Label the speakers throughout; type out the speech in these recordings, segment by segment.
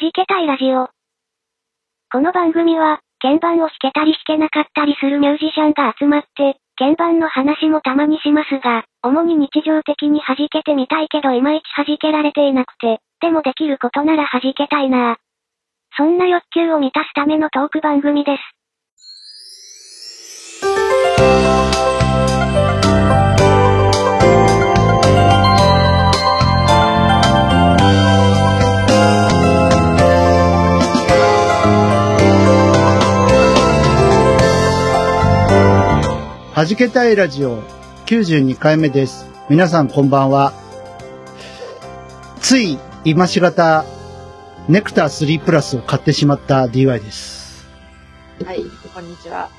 Speaker 1: じけたいラジオ。この番組は、鍵盤を弾けたり弾けなかったりするミュージシャンが集まって、鍵盤の話もたまにしますが、主に日常的に弾けてみたいけどいまいち弾けられていなくて、でもできることなら弾けたいなぁ。そんな欲求を満たすためのトーク番組です。
Speaker 2: はじけたいラジオ92回目です。皆さんこんばんは。つい今しがたネクター3プラスを買ってしまった DY です。
Speaker 3: はい、こんにちは。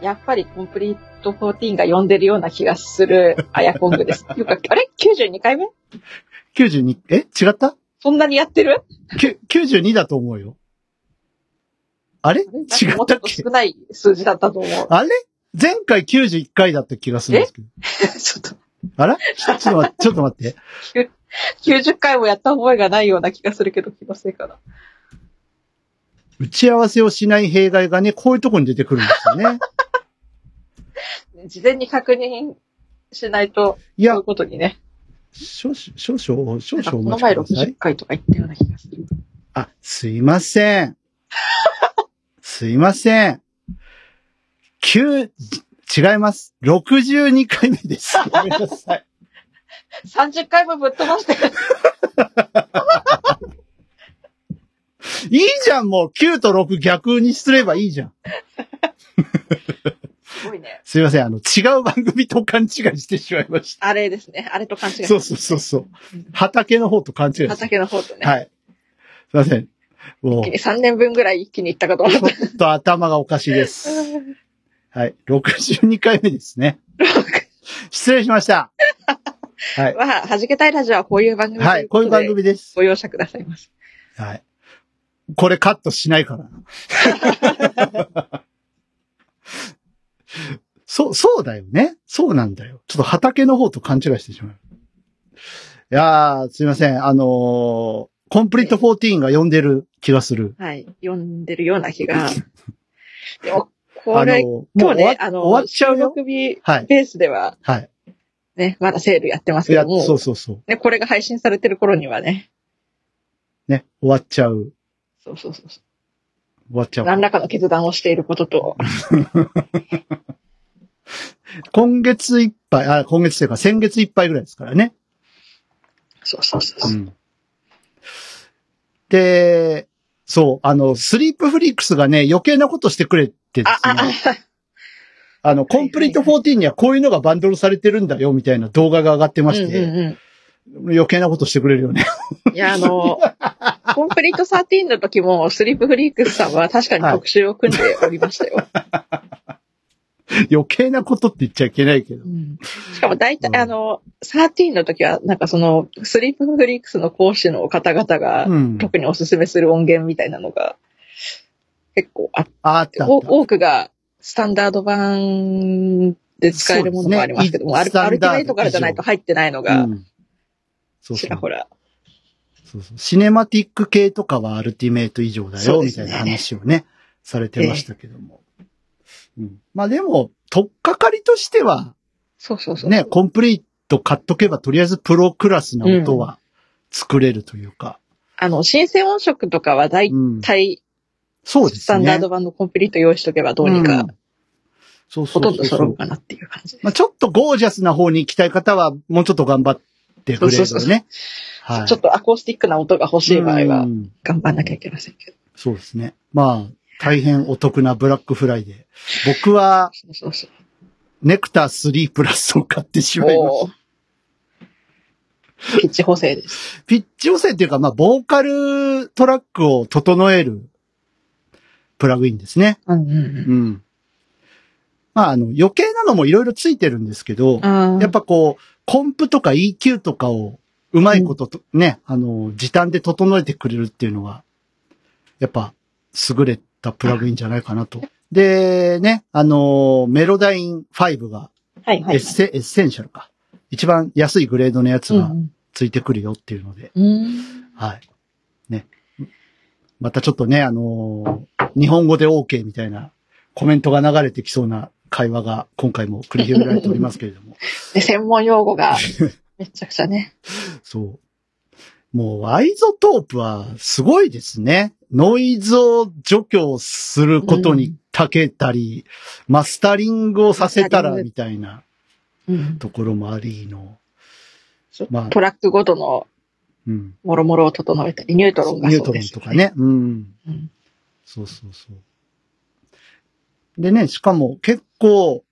Speaker 3: やっぱりコンプリート14が呼んでるような気がする アヤコングです。っていうか、あれ ?92 回目
Speaker 2: 92、え違った
Speaker 3: そんなにやってる
Speaker 2: きゅ ?92 だと思うよ。あれ違
Speaker 3: なんかも
Speaker 2: っ
Speaker 3: うち
Speaker 2: たっ
Speaker 3: ょっと
Speaker 2: け
Speaker 3: 少ない数字だったと思う。
Speaker 2: あれ前回91回だった気がするんですけど。
Speaker 3: ちょっと、
Speaker 2: あらちょっと待って、ちょっと待って。
Speaker 3: 90回もやった覚えがないような気がするけど、気のせいかな。
Speaker 2: 打ち合わせをしない弊害がね、こういうとこに出てくるんですよね。
Speaker 3: 事前に確認しないと、
Speaker 2: い
Speaker 3: そうい
Speaker 2: や
Speaker 3: う、ことにね。
Speaker 2: 少々、少々、少
Speaker 3: なん
Speaker 2: 々
Speaker 3: かこ
Speaker 2: お
Speaker 3: の
Speaker 2: 待ち
Speaker 3: 前
Speaker 2: ください
Speaker 3: 60。回とか言ったような気がする。
Speaker 2: あ、すいませ ん。すいません。9、違います。62回目 です。ごめんなさい。
Speaker 3: 30回もぶっ飛ばして、
Speaker 2: いいじゃん、もう9と6逆にすればいいじゃん。
Speaker 3: すごいね。
Speaker 2: すいません、あの、違う番組と勘違いしてしまいまし
Speaker 3: あれですね。あれと勘違い
Speaker 2: た。
Speaker 3: して
Speaker 2: そ
Speaker 3: ま
Speaker 2: う
Speaker 3: す
Speaker 2: そ
Speaker 3: ね。
Speaker 2: うそうそう。畑の方と勘違いして
Speaker 3: 畑の方とね。
Speaker 2: はい。すいません。もう、ち
Speaker 3: 3年分ぐらい一気に行ったかと思った
Speaker 2: ょ。っと頭がおかしいです。はい。62回目です ね。失礼しました。
Speaker 3: は、はじけたいラジオはこういう番組
Speaker 2: はい。こういう
Speaker 3: と
Speaker 2: 番
Speaker 3: で
Speaker 2: 組です。
Speaker 3: ご容赦くださいませ。
Speaker 2: はい。これカットしないからな。 そう、そうだよね。そうなんだよ。ちょっと畑の方と勘違いしてしまう。いやー、すいません。あのーコンプリート14が呼んでる気がする。
Speaker 3: はい。読んでるような気が。 でも、
Speaker 2: あの
Speaker 3: これ、
Speaker 2: ーもう終
Speaker 3: 今日
Speaker 2: わ
Speaker 3: ね、あの、
Speaker 2: 終わっちゃう
Speaker 3: 収
Speaker 2: よ。
Speaker 3: 録日
Speaker 2: はい。
Speaker 3: ベースでは、
Speaker 2: はい。
Speaker 3: ね、まだセールやってます
Speaker 2: い
Speaker 3: け
Speaker 2: や
Speaker 3: ど、も
Speaker 2: そうそうそう。
Speaker 3: ね、これが配信されてる頃にはね、
Speaker 2: ね。終わっちゃう。
Speaker 3: そうそうそう
Speaker 2: 終
Speaker 3: そ
Speaker 2: わっちゃ
Speaker 3: う。何
Speaker 2: う。
Speaker 3: らかの決断をしているこ とと、
Speaker 2: 今月いっぱい、あ、今月というか先月いっぱいぐらいですからね。
Speaker 3: そうそうそうそう。
Speaker 2: で、そう、あの、スリープフリックスがね、余計なことしてくれてで
Speaker 3: あ、
Speaker 2: す
Speaker 3: あ、
Speaker 2: ね、あの、コンプリート14にはこういうのがバンドルされてるんだよ、みたいな動画が上がって
Speaker 3: あ、う
Speaker 2: ま
Speaker 3: ん
Speaker 2: し
Speaker 3: うん
Speaker 2: て、
Speaker 3: う
Speaker 2: 余計なことしてくれるよね。
Speaker 3: ん。いや、あの、コンプリート13の時も、スリープフリークスさんは確かに特集を組んでおりましたよ。
Speaker 2: 余計なことって言っちゃいけないけど。
Speaker 3: しかも大体、
Speaker 2: うん
Speaker 3: あの、13の時は、なんかその、スリープフリックスの講師の方々が、
Speaker 2: うん。
Speaker 3: 特におすすめする音源みたいなのが、結構あって、
Speaker 2: ああったあ
Speaker 3: お
Speaker 2: った。
Speaker 3: 多くが、スタンダード版で使えるものもありますけども、
Speaker 2: そう
Speaker 3: ア
Speaker 2: で
Speaker 3: ル
Speaker 2: すね
Speaker 3: アルティメイトからじゃないと入ってないのが
Speaker 2: う、んそうそ
Speaker 3: ち
Speaker 2: う
Speaker 3: らほら。
Speaker 2: そうそうシネマティック系とかはアルティメイト以上だ
Speaker 3: そ
Speaker 2: よ、
Speaker 3: うで
Speaker 2: み
Speaker 3: す
Speaker 2: た
Speaker 3: ね
Speaker 2: いな話をね、されてましたけども。うん、まあでも、とっかかりとしては、
Speaker 3: そうそうそう。
Speaker 2: ね、コンプリート買っとけば、とりあえずプロクラスな音は作れるというか。
Speaker 3: あの、新鮮音色とかは大
Speaker 2: うん。
Speaker 3: 体、
Speaker 2: そうですね。
Speaker 3: スタンダード版のコンプリート用意しとけばどうに
Speaker 2: う
Speaker 3: か
Speaker 2: ん、そうそ
Speaker 3: ほ
Speaker 2: うそ
Speaker 3: と
Speaker 2: うんそ
Speaker 3: ど
Speaker 2: う
Speaker 3: 揃うかなっていう感じです。
Speaker 2: まあ、ちょっとゴージャスな方に行きたい方は、もうちょっと頑張ってくれ
Speaker 3: そう
Speaker 2: る
Speaker 3: そ
Speaker 2: と
Speaker 3: うそう
Speaker 2: ね。はい。
Speaker 3: ちょっとアコースティックな音が欲しい場合
Speaker 2: う
Speaker 3: は、
Speaker 2: ん
Speaker 3: 頑張んなきゃいけませんけど。
Speaker 2: そうですね。まあ、大変お得なブラックフライデー。僕は、
Speaker 3: そうそうそう。
Speaker 2: ネクター3プラスを買ってしまいまし
Speaker 3: おーピッチ補正です。
Speaker 2: た。ピッチ補正っていうか、まあ、ボーカルトラックを整えるプラグインですね。
Speaker 3: うんうん
Speaker 2: うん。まあ、あの、余計なのもいろいろついてるんですけど
Speaker 3: うん。、あー
Speaker 2: やっぱこう、コンプとか EQ とかをうまいことと、ね、あの、時短で整えてくれるっていうのが、やっぱ、優れたプラグインじゃないかなと。で、ね、あの、メロダイン5が、
Speaker 3: はいは
Speaker 2: エッ
Speaker 3: い。
Speaker 2: セ、エッセンシャルか。一番安いグレードのやつ
Speaker 3: う
Speaker 2: が
Speaker 3: ん
Speaker 2: ついてくるよっていうので、
Speaker 3: うん。
Speaker 2: はい。ね。またちょっとね、あのー日本語で OK みたいなコメントが流れてきそうな会話が今回も繰り広げられておりますけれ ども。
Speaker 3: で、専門用 語が、めちゃくちゃね。
Speaker 2: そう。もう、アイゾトープはすごいですね。ノイズを除去することに長けたり、マスタリングをさせたら
Speaker 3: マスタリング
Speaker 2: みたいな
Speaker 3: うん。
Speaker 2: ところもありの。まあ
Speaker 3: トラックごとの
Speaker 2: うん。
Speaker 3: もろもろを整えたり、ニュートロンが
Speaker 2: ニュー
Speaker 3: そ
Speaker 2: ト
Speaker 3: う
Speaker 2: ロ
Speaker 3: で
Speaker 2: ン
Speaker 3: す、
Speaker 2: とか。ね。うん。
Speaker 3: うん。
Speaker 2: そうそうそう。でね、しかも結構、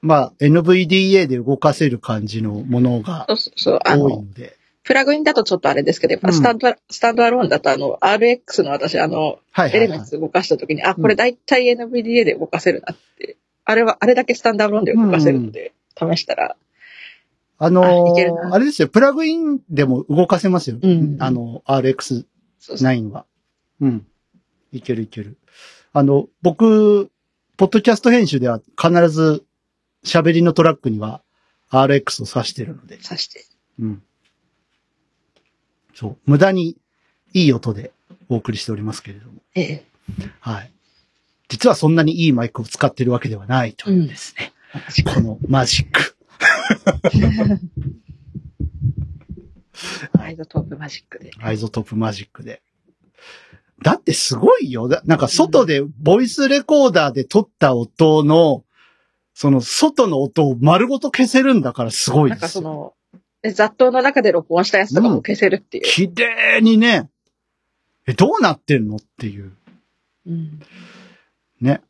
Speaker 2: まあ、NVDA で動かせる感じのものが
Speaker 3: そうそうそう。あ
Speaker 2: 多い
Speaker 3: の、
Speaker 2: ので。
Speaker 3: プラグインだとちょっとあれですけど、やっぱスタンド、スタンドアローンだとあの、RX の私、あの、
Speaker 2: はいは
Speaker 3: エレ
Speaker 2: い、
Speaker 3: メン
Speaker 2: はい。
Speaker 3: ツ動かしたときに、あ、これ大体 NVDA で動かせるなって、あれは、あれだけスタンダードアローンで動かせるので、試したら、
Speaker 2: あの
Speaker 3: あいける
Speaker 2: ーあ
Speaker 3: な
Speaker 2: れですよ、プラグインでも動かせますよ。
Speaker 3: うん
Speaker 2: あの、RX
Speaker 3: そうそう
Speaker 2: 9は。うん。いけるいける。あの、僕、ポッドキャスト編集では必ず喋りのトラックには RX を挿してるので。
Speaker 3: 刺して。
Speaker 2: うん。そう。無駄にいい音でお送りしておりますけれども。
Speaker 3: ええ。
Speaker 2: はい。実はそんなにいいマイクを使ってるわけではないというですね。このマジック。
Speaker 3: アイドトープマジックで。
Speaker 2: アイゾトープマジックで。だってすごいよ。だなんか外で、ボイスレコーダーで撮った音の、その外の音を丸ごと消せるんだからすごい
Speaker 3: なん
Speaker 2: で
Speaker 3: か
Speaker 2: す
Speaker 3: そ
Speaker 2: よ。
Speaker 3: の、ね雑踏の中で録音したやつとかも消せるっていう。
Speaker 2: 綺麗にね、え、どうなってんのっていう。
Speaker 3: うん。
Speaker 2: ね。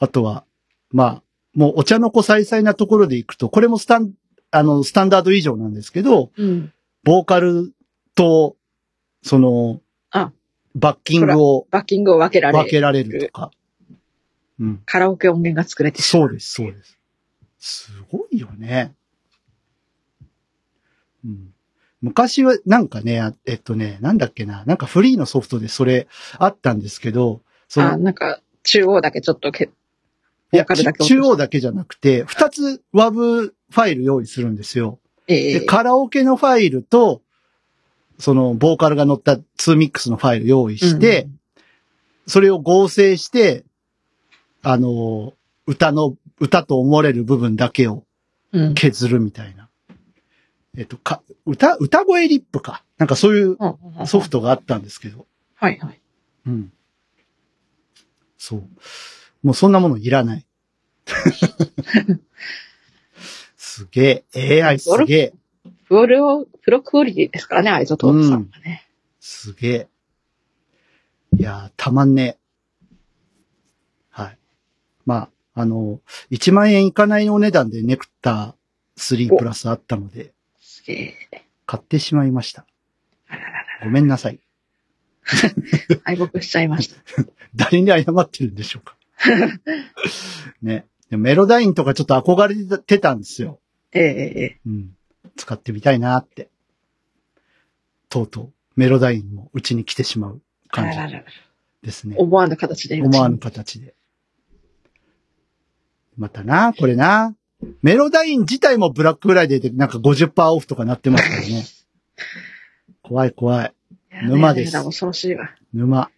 Speaker 2: あとは、まあ、もうお茶の子さいさいなところで行くと、これもスタン、あの、スタンダード以上なんですけど、
Speaker 3: うん。
Speaker 2: ボーカルと、その、
Speaker 3: あ
Speaker 2: バッキングを
Speaker 3: バッキングを分けられ
Speaker 2: 分け
Speaker 3: る。
Speaker 2: られるとか。うん。
Speaker 3: カラオケ音源が作れてし
Speaker 2: そ
Speaker 3: ま。
Speaker 2: うです、そうです。すごいよね。うん。昔は、なんかね、あえっとね、なんだっけな、なんかフリーのソフトでそれあったんですけど、そうの
Speaker 3: あ、、なんか、中央だけちょっとけ、
Speaker 2: いや、
Speaker 3: ボーカルだけ
Speaker 2: 中央だけじゃなくて、二つ WAV ファイル用意するんですよ。で、
Speaker 3: ええ
Speaker 2: カラオケのファイルと、その、ボーカルが載った2ミックスのファイル用意して、それを合成して、あの、歌の、歌と思われる部分だけを
Speaker 3: うん、うん。
Speaker 2: 削るみたいな。えっと、か、歌、歌声リップか。なんかそういう
Speaker 3: うん
Speaker 2: ソフ。トがあったんですけど。
Speaker 3: はいはい。
Speaker 2: うん。そう。もうそんなものいらない。すげえ。AI すげえ。
Speaker 3: プロ、プロクオリティですからね、アイゾトープさんがね。
Speaker 2: すげえ。いやー、たまんねえ。はい。まあ、あの、1万円いかないお値段でネクター3プラスあったので、
Speaker 3: すげえ。
Speaker 2: 買ってしまいました。
Speaker 3: あららら
Speaker 2: ごめんなさい。
Speaker 3: ら、敗北しちゃいました。
Speaker 2: 誰に謝ってるんでしょうか。ね。でもメロダインとかちょっと憧れてたんですよ。
Speaker 3: ええええ
Speaker 2: うん。使ってみたいなって。とうとう、メロダインもうちに来てしまう
Speaker 3: あ
Speaker 2: 感
Speaker 3: らら
Speaker 2: じ
Speaker 3: らら。
Speaker 2: ですね。
Speaker 3: 思わぬ形で。
Speaker 2: 思わぬ。形で。またな、これな。メロダイン自体もブラックフライデーでなんか50%オフとかなってますから ね。怖い怖い。沼です
Speaker 3: やだやだ恐ろしいわ。
Speaker 2: 沼。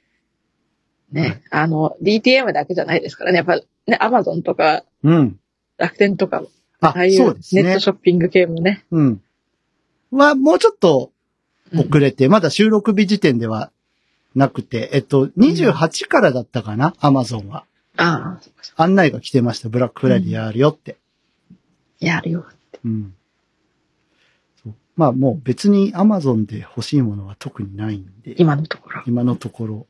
Speaker 3: ね。あの、DTM だけじゃないですからね。やっぱ、ね、アマゾンとか
Speaker 2: うん。
Speaker 3: 楽天とか、
Speaker 2: あ
Speaker 3: ああい、
Speaker 2: そう
Speaker 3: う
Speaker 2: です
Speaker 3: ネッ
Speaker 2: ね
Speaker 3: ト。ショッピング系もね。
Speaker 2: うん。は、もうちょっと
Speaker 3: うん
Speaker 2: 遅れて、まだ収録日時点ではなくて、えっと、28からだったかな、アマゾンは。
Speaker 3: ああ、そっかそっか
Speaker 2: 案内が来てました、ブラックフライデーやるよって。
Speaker 3: やるよ。
Speaker 2: うん。そうまあもう別にアマゾンで欲しいものは特にないんで、
Speaker 3: 今のところ。
Speaker 2: 今のところ、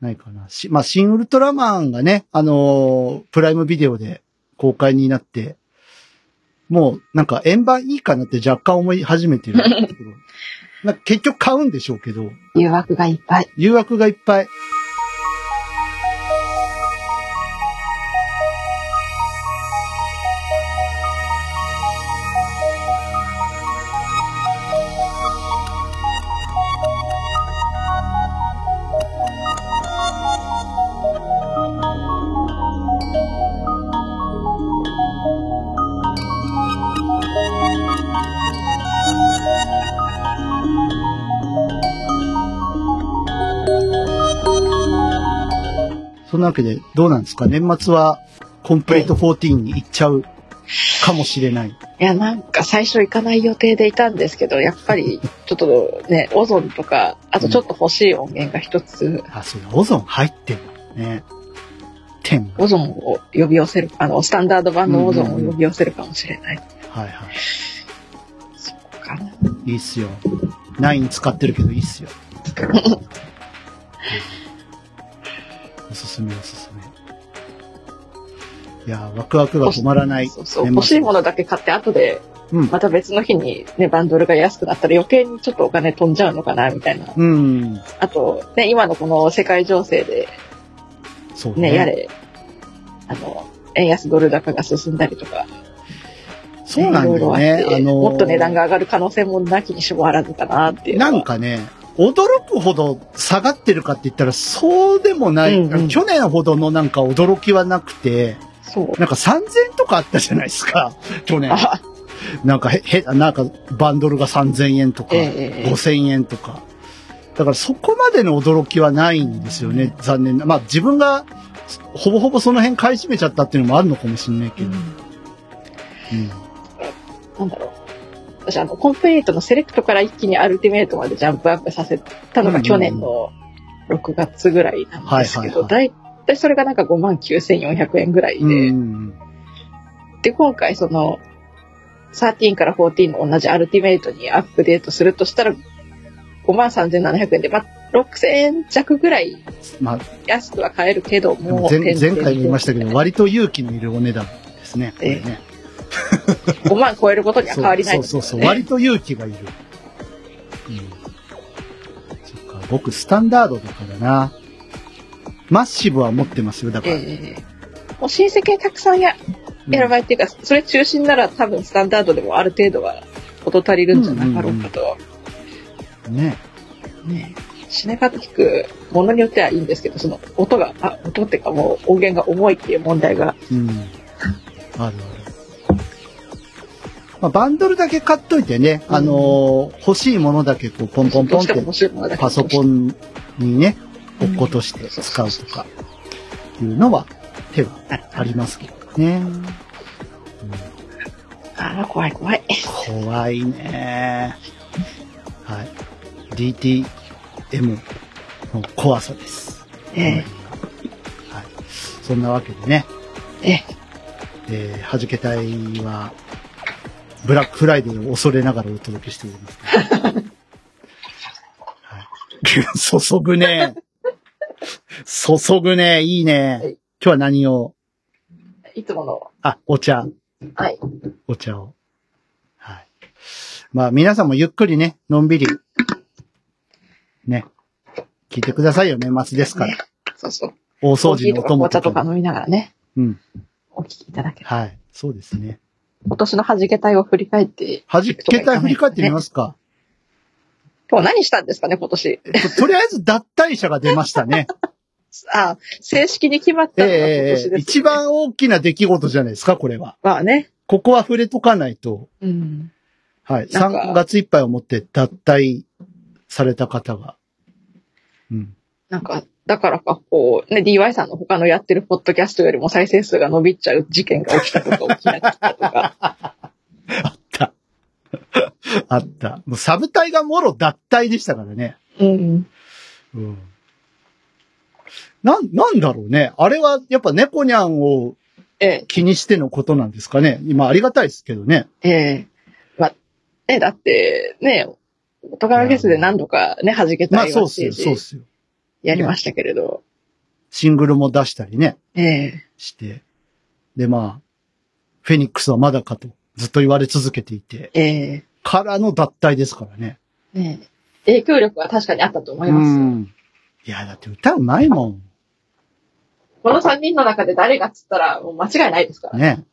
Speaker 2: ないかな。し、まあ、新ウルトラマンがね、あのープライムビデオで公開になって、もうなんか円盤いいかなって若干思い始めてるところ。なんか結局買うんでしょうけど、
Speaker 3: 誘惑がいっぱい。
Speaker 2: 誘惑がいっぱい。
Speaker 4: 「
Speaker 2: そんなわけで、どうなんですか年末は、コンプリート14に行っちゃうかもしれない。
Speaker 3: いや、なんか最初行かない予定でいたんですけど、やっぱり、ちょっとね、オゾンとか、あとちょっと欲しい音源が一つ、
Speaker 2: あ、そうだ、オゾン入ってるね。10が。
Speaker 3: オゾンを呼び寄せる、あの、スタンダード版のオゾンを呼び寄せるかもしれない。
Speaker 2: はいは
Speaker 3: そこかな。
Speaker 2: い。いいっすよ。9使ってるけどいいっすよ。おすすめおすすめ。いやー、ワクワクが止まらない。
Speaker 3: そうそう。欲しいものだけ買って、後で、
Speaker 2: うん。
Speaker 3: また別の日にね、バンドルが安くなったら余計にちょっとお金飛んじゃうのかな、みたいな。
Speaker 2: うん。
Speaker 3: あと、ね、今のこの世界情勢で、
Speaker 2: そうね。
Speaker 3: ね、やれ、あの、円安ドル高が進んだりとか、
Speaker 2: そうなんだよ
Speaker 3: い
Speaker 2: ね。
Speaker 3: ろいろあっ
Speaker 2: あ
Speaker 3: て
Speaker 2: のー
Speaker 3: もっと値段が上がる可能性もなきにしもあらずかなっていうのは。
Speaker 2: なんかね、驚くほど下がってるかって言ったらそうでもない。
Speaker 3: うんうん
Speaker 2: 去年ほどのなんか驚きはなくて、
Speaker 3: そう。
Speaker 2: なんか3000とかあったじゃないですか、去年。
Speaker 3: あ、
Speaker 2: なんかへ、へ、なんかバンドルが3000円とか、
Speaker 3: ええええ
Speaker 2: 5000円とか。だからそこまでの驚きはないんですよね、残念な。まあ自分がほぼほぼその辺買い占めちゃったっていうのもあるのかもしれないけど。う ん
Speaker 3: なんだろう。私、あの、コンプリートのセレクトから一気にアルティメイトまでジャンプアップさせたの
Speaker 2: うんうんう
Speaker 3: が
Speaker 2: ん
Speaker 3: 去年の6月ぐらいなんですけ
Speaker 2: は
Speaker 3: ど、
Speaker 2: いは
Speaker 3: だいたいそれがなんか5万9400円ぐらいで、
Speaker 2: うん。
Speaker 3: で、今回その、13から14の同じアルティメイトにアップデートするとしたら、5万3700円で、まあ、6000円弱ぐらい
Speaker 2: まあ、
Speaker 3: 安くは買えるけど、
Speaker 2: で
Speaker 3: も
Speaker 2: も
Speaker 3: う
Speaker 2: 前前回も言いましたけど、割と勇気のいるお値段ですね。これね
Speaker 3: 5万超えることには変わりない
Speaker 2: そう
Speaker 3: です
Speaker 2: そう
Speaker 3: よ
Speaker 2: そうそう。
Speaker 3: ね
Speaker 2: 割と勇気がいる。うん。そっか、僕、スタンダードとかだな。マッシブは持ってますよ、だから。
Speaker 3: ええもう親戚にたくさんや選ばれていうか、それ中心なら多分スタンダードでもある程度は事足りるんじゃなかろうかと。
Speaker 2: うんね。
Speaker 3: ねシネマティック、ものによってはいいんですけど、その音が、あ、音っていうかもう音源が重いっていう問題が、
Speaker 2: うん。あるある。まあ、バンドルだけ買っといてね、
Speaker 3: うん
Speaker 2: あのー欲しいものだけこう、ポンポンポ
Speaker 3: どう
Speaker 2: ンっ
Speaker 3: しても
Speaker 2: て
Speaker 3: 面白いものだけ
Speaker 2: パソコ
Speaker 3: ン
Speaker 2: ンにね、落っことして使うとか、いうのは手はありますけどね。うん
Speaker 3: ああ、怖い怖い。
Speaker 2: 怖いねはい。DTM の怖さです。
Speaker 3: ええ
Speaker 2: はい。そんなわけでね、
Speaker 3: ええ
Speaker 2: えー、はじけたいは、ブラックフライデーを恐れながらお届けしております、 はい、注ぐね注ぐねいいね
Speaker 3: はい
Speaker 2: 今日は何を
Speaker 3: いつもの、
Speaker 2: あ、お茶。
Speaker 3: はい。
Speaker 2: お茶を。はい。まあ皆さんもゆっくりね、のんびり、ね、聞いてくださいよ、年末ですから。
Speaker 3: ねそうそう。
Speaker 2: 大
Speaker 3: コ
Speaker 2: 掃
Speaker 3: ーヒ
Speaker 2: 除
Speaker 3: ー
Speaker 2: のお
Speaker 3: とか紅
Speaker 2: 供
Speaker 3: 茶
Speaker 2: と
Speaker 3: と
Speaker 2: か
Speaker 3: か
Speaker 2: も。
Speaker 3: 飲みながらね、
Speaker 2: うん。
Speaker 3: お聞きいただけた。
Speaker 2: はい。そうですね。
Speaker 3: 今年の弾けたいを振り返って、
Speaker 2: はじけたい振り返ってみます か。
Speaker 3: 今日何したんですかね、今年。
Speaker 2: えっととりあえず脱退者が出ました ね。
Speaker 3: あ正式に決まったのが今
Speaker 2: え
Speaker 3: 年です、
Speaker 2: え一。番大きな出来事じゃないですか、これは。
Speaker 3: まあね。
Speaker 2: ここは触れとかないと。
Speaker 3: うん。
Speaker 2: はい。
Speaker 3: なんか
Speaker 2: 3月いっぱいをもって脱退された方が。うん。
Speaker 3: なんか、だからか、こう、ね、DY さんの他のやってるポッドキャストよりも再生数が伸びちゃう事件が起きたとか起きなかったとか。
Speaker 2: あった。もうサブ隊がもろ脱退でしたからね。
Speaker 3: うん。
Speaker 2: うんなん、なんだろうね。あれは、やっぱ猫ニャンを
Speaker 3: え
Speaker 2: 気にしてのことなんですかね。今、ありがたいですけどね。
Speaker 3: え、ええ。まあ、ね、だって、ね、音柄フェスで何度かね、弾け
Speaker 2: ま
Speaker 3: た
Speaker 2: あ、
Speaker 3: り
Speaker 2: そう
Speaker 3: は
Speaker 2: っ
Speaker 3: ス
Speaker 2: す
Speaker 3: テ
Speaker 2: よ、そう
Speaker 3: ー
Speaker 2: っ
Speaker 3: ジ
Speaker 2: すよ。
Speaker 3: やりましたけれど。
Speaker 2: シングルも出したりね、
Speaker 3: ええ。
Speaker 2: して。で、まあ、フェニックスはまだかと、ずっと言われ続けていて、
Speaker 3: ええ。
Speaker 2: からの脱退ですからね。
Speaker 3: ね影響力は確かにあったと思います。
Speaker 2: ん。いや、だって歌うまいもん。
Speaker 3: この3人の中で誰がっつったら、もう間違いないですから。
Speaker 2: ね。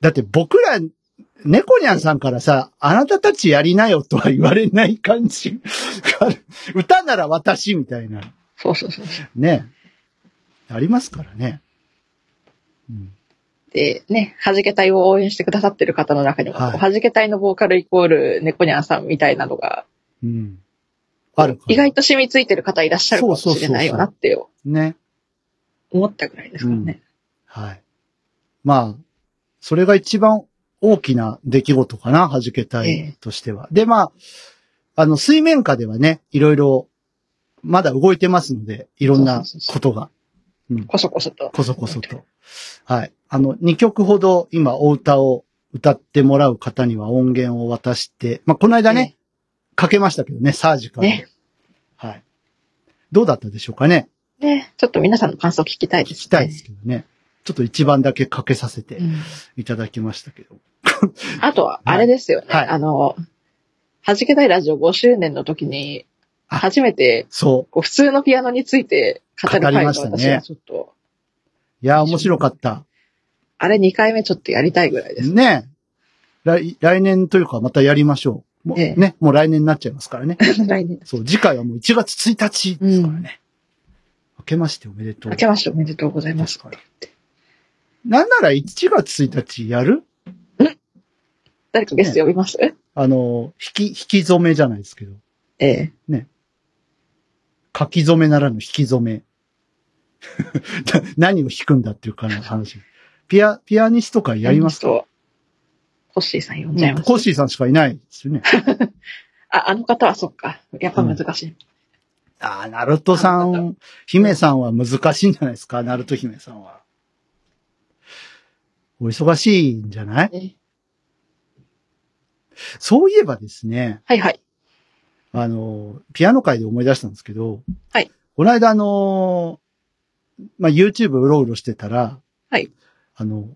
Speaker 2: だって僕ら、猫ニャンさんからさ、あなたたちやりなよとは言われない感じ がある。歌なら私みたいな。
Speaker 3: そうそうそうそう。
Speaker 2: ね。ありますからね。うん、
Speaker 3: で、ね、弾け隊を応援してくださってる方の中にも、
Speaker 2: はい
Speaker 3: はじけ隊のボーカルイコール猫ニャンさんみたいなのが
Speaker 2: うん。あるから。
Speaker 3: 意外と染みついてる方いらっしゃるかもしれないよなってよ。
Speaker 2: ね。
Speaker 3: 思ったぐらいですからね。
Speaker 2: はい。まあ、それが一番大きな出来事かな、弾けたいとしては。で、まあ、あの、水面下ではね、いろいろ、まだ動いてますので、いろんな
Speaker 3: そうそうそうそう
Speaker 2: ことが、
Speaker 3: こそこそと。
Speaker 2: こそこそと。はい。あの、2曲ほど今、お歌を歌ってもらう方には音源を渡して、まあ、この間ね、かけましたけどね、サージから。
Speaker 3: ね
Speaker 2: はい。どうだったでしょうかね
Speaker 3: え。ねえちょっと皆さんの感想聞きたい
Speaker 2: 聞
Speaker 3: です、ね。
Speaker 2: きたいですけどね。ちょっと一番だけかけさせ
Speaker 3: う
Speaker 2: て
Speaker 3: ん
Speaker 2: いただきましたけど。
Speaker 3: あとは、あれですよね。
Speaker 2: はい
Speaker 3: あの、弾けたいラジオ5周年の時に、
Speaker 2: あ
Speaker 3: 初めて、
Speaker 2: そう。
Speaker 3: こう普通のピアノについて語る
Speaker 2: 語りま
Speaker 3: 回が
Speaker 2: したね
Speaker 3: 私はちょっと、
Speaker 2: いやー、面白かった。
Speaker 3: あれ2回目ちょっとやりたいぐらいです。
Speaker 2: ね来、来年というかまたやりましょう。もう
Speaker 3: ええ
Speaker 2: ね、もう来年になっちゃいますからね。
Speaker 3: 来年。
Speaker 2: そう、次回はもう1月1日ですからね。明けましておめでとう
Speaker 3: 明。けましておめでとうございます。
Speaker 2: ですなんなら1月1日やる
Speaker 3: 誰かゲスト呼びます、
Speaker 2: あの、引き、引き染めじゃないですけど。
Speaker 3: ええ。
Speaker 2: 書き染めならぬ引き染め。 な何を引くんだっていうかな話。ピア、ピアニスト会やりますか
Speaker 3: と、コッシーさん呼んじゃいます。
Speaker 2: コッシーさんしかいないですよね。
Speaker 3: あ、あの方はそっか。やっぱ難しい。
Speaker 2: ああ、ナルトさ
Speaker 3: ナ
Speaker 2: ん、姫さんは難しいんじゃないですか、ナルト姫さんは。お忙しいんじゃない
Speaker 3: ね
Speaker 2: そういえばですね、
Speaker 3: はいはい。
Speaker 2: あの、ピアノ界で思い出したんですけど、
Speaker 3: はい。
Speaker 2: この間、あの、まあ、YouTube うろうろしてたら、
Speaker 3: はい。
Speaker 2: あの、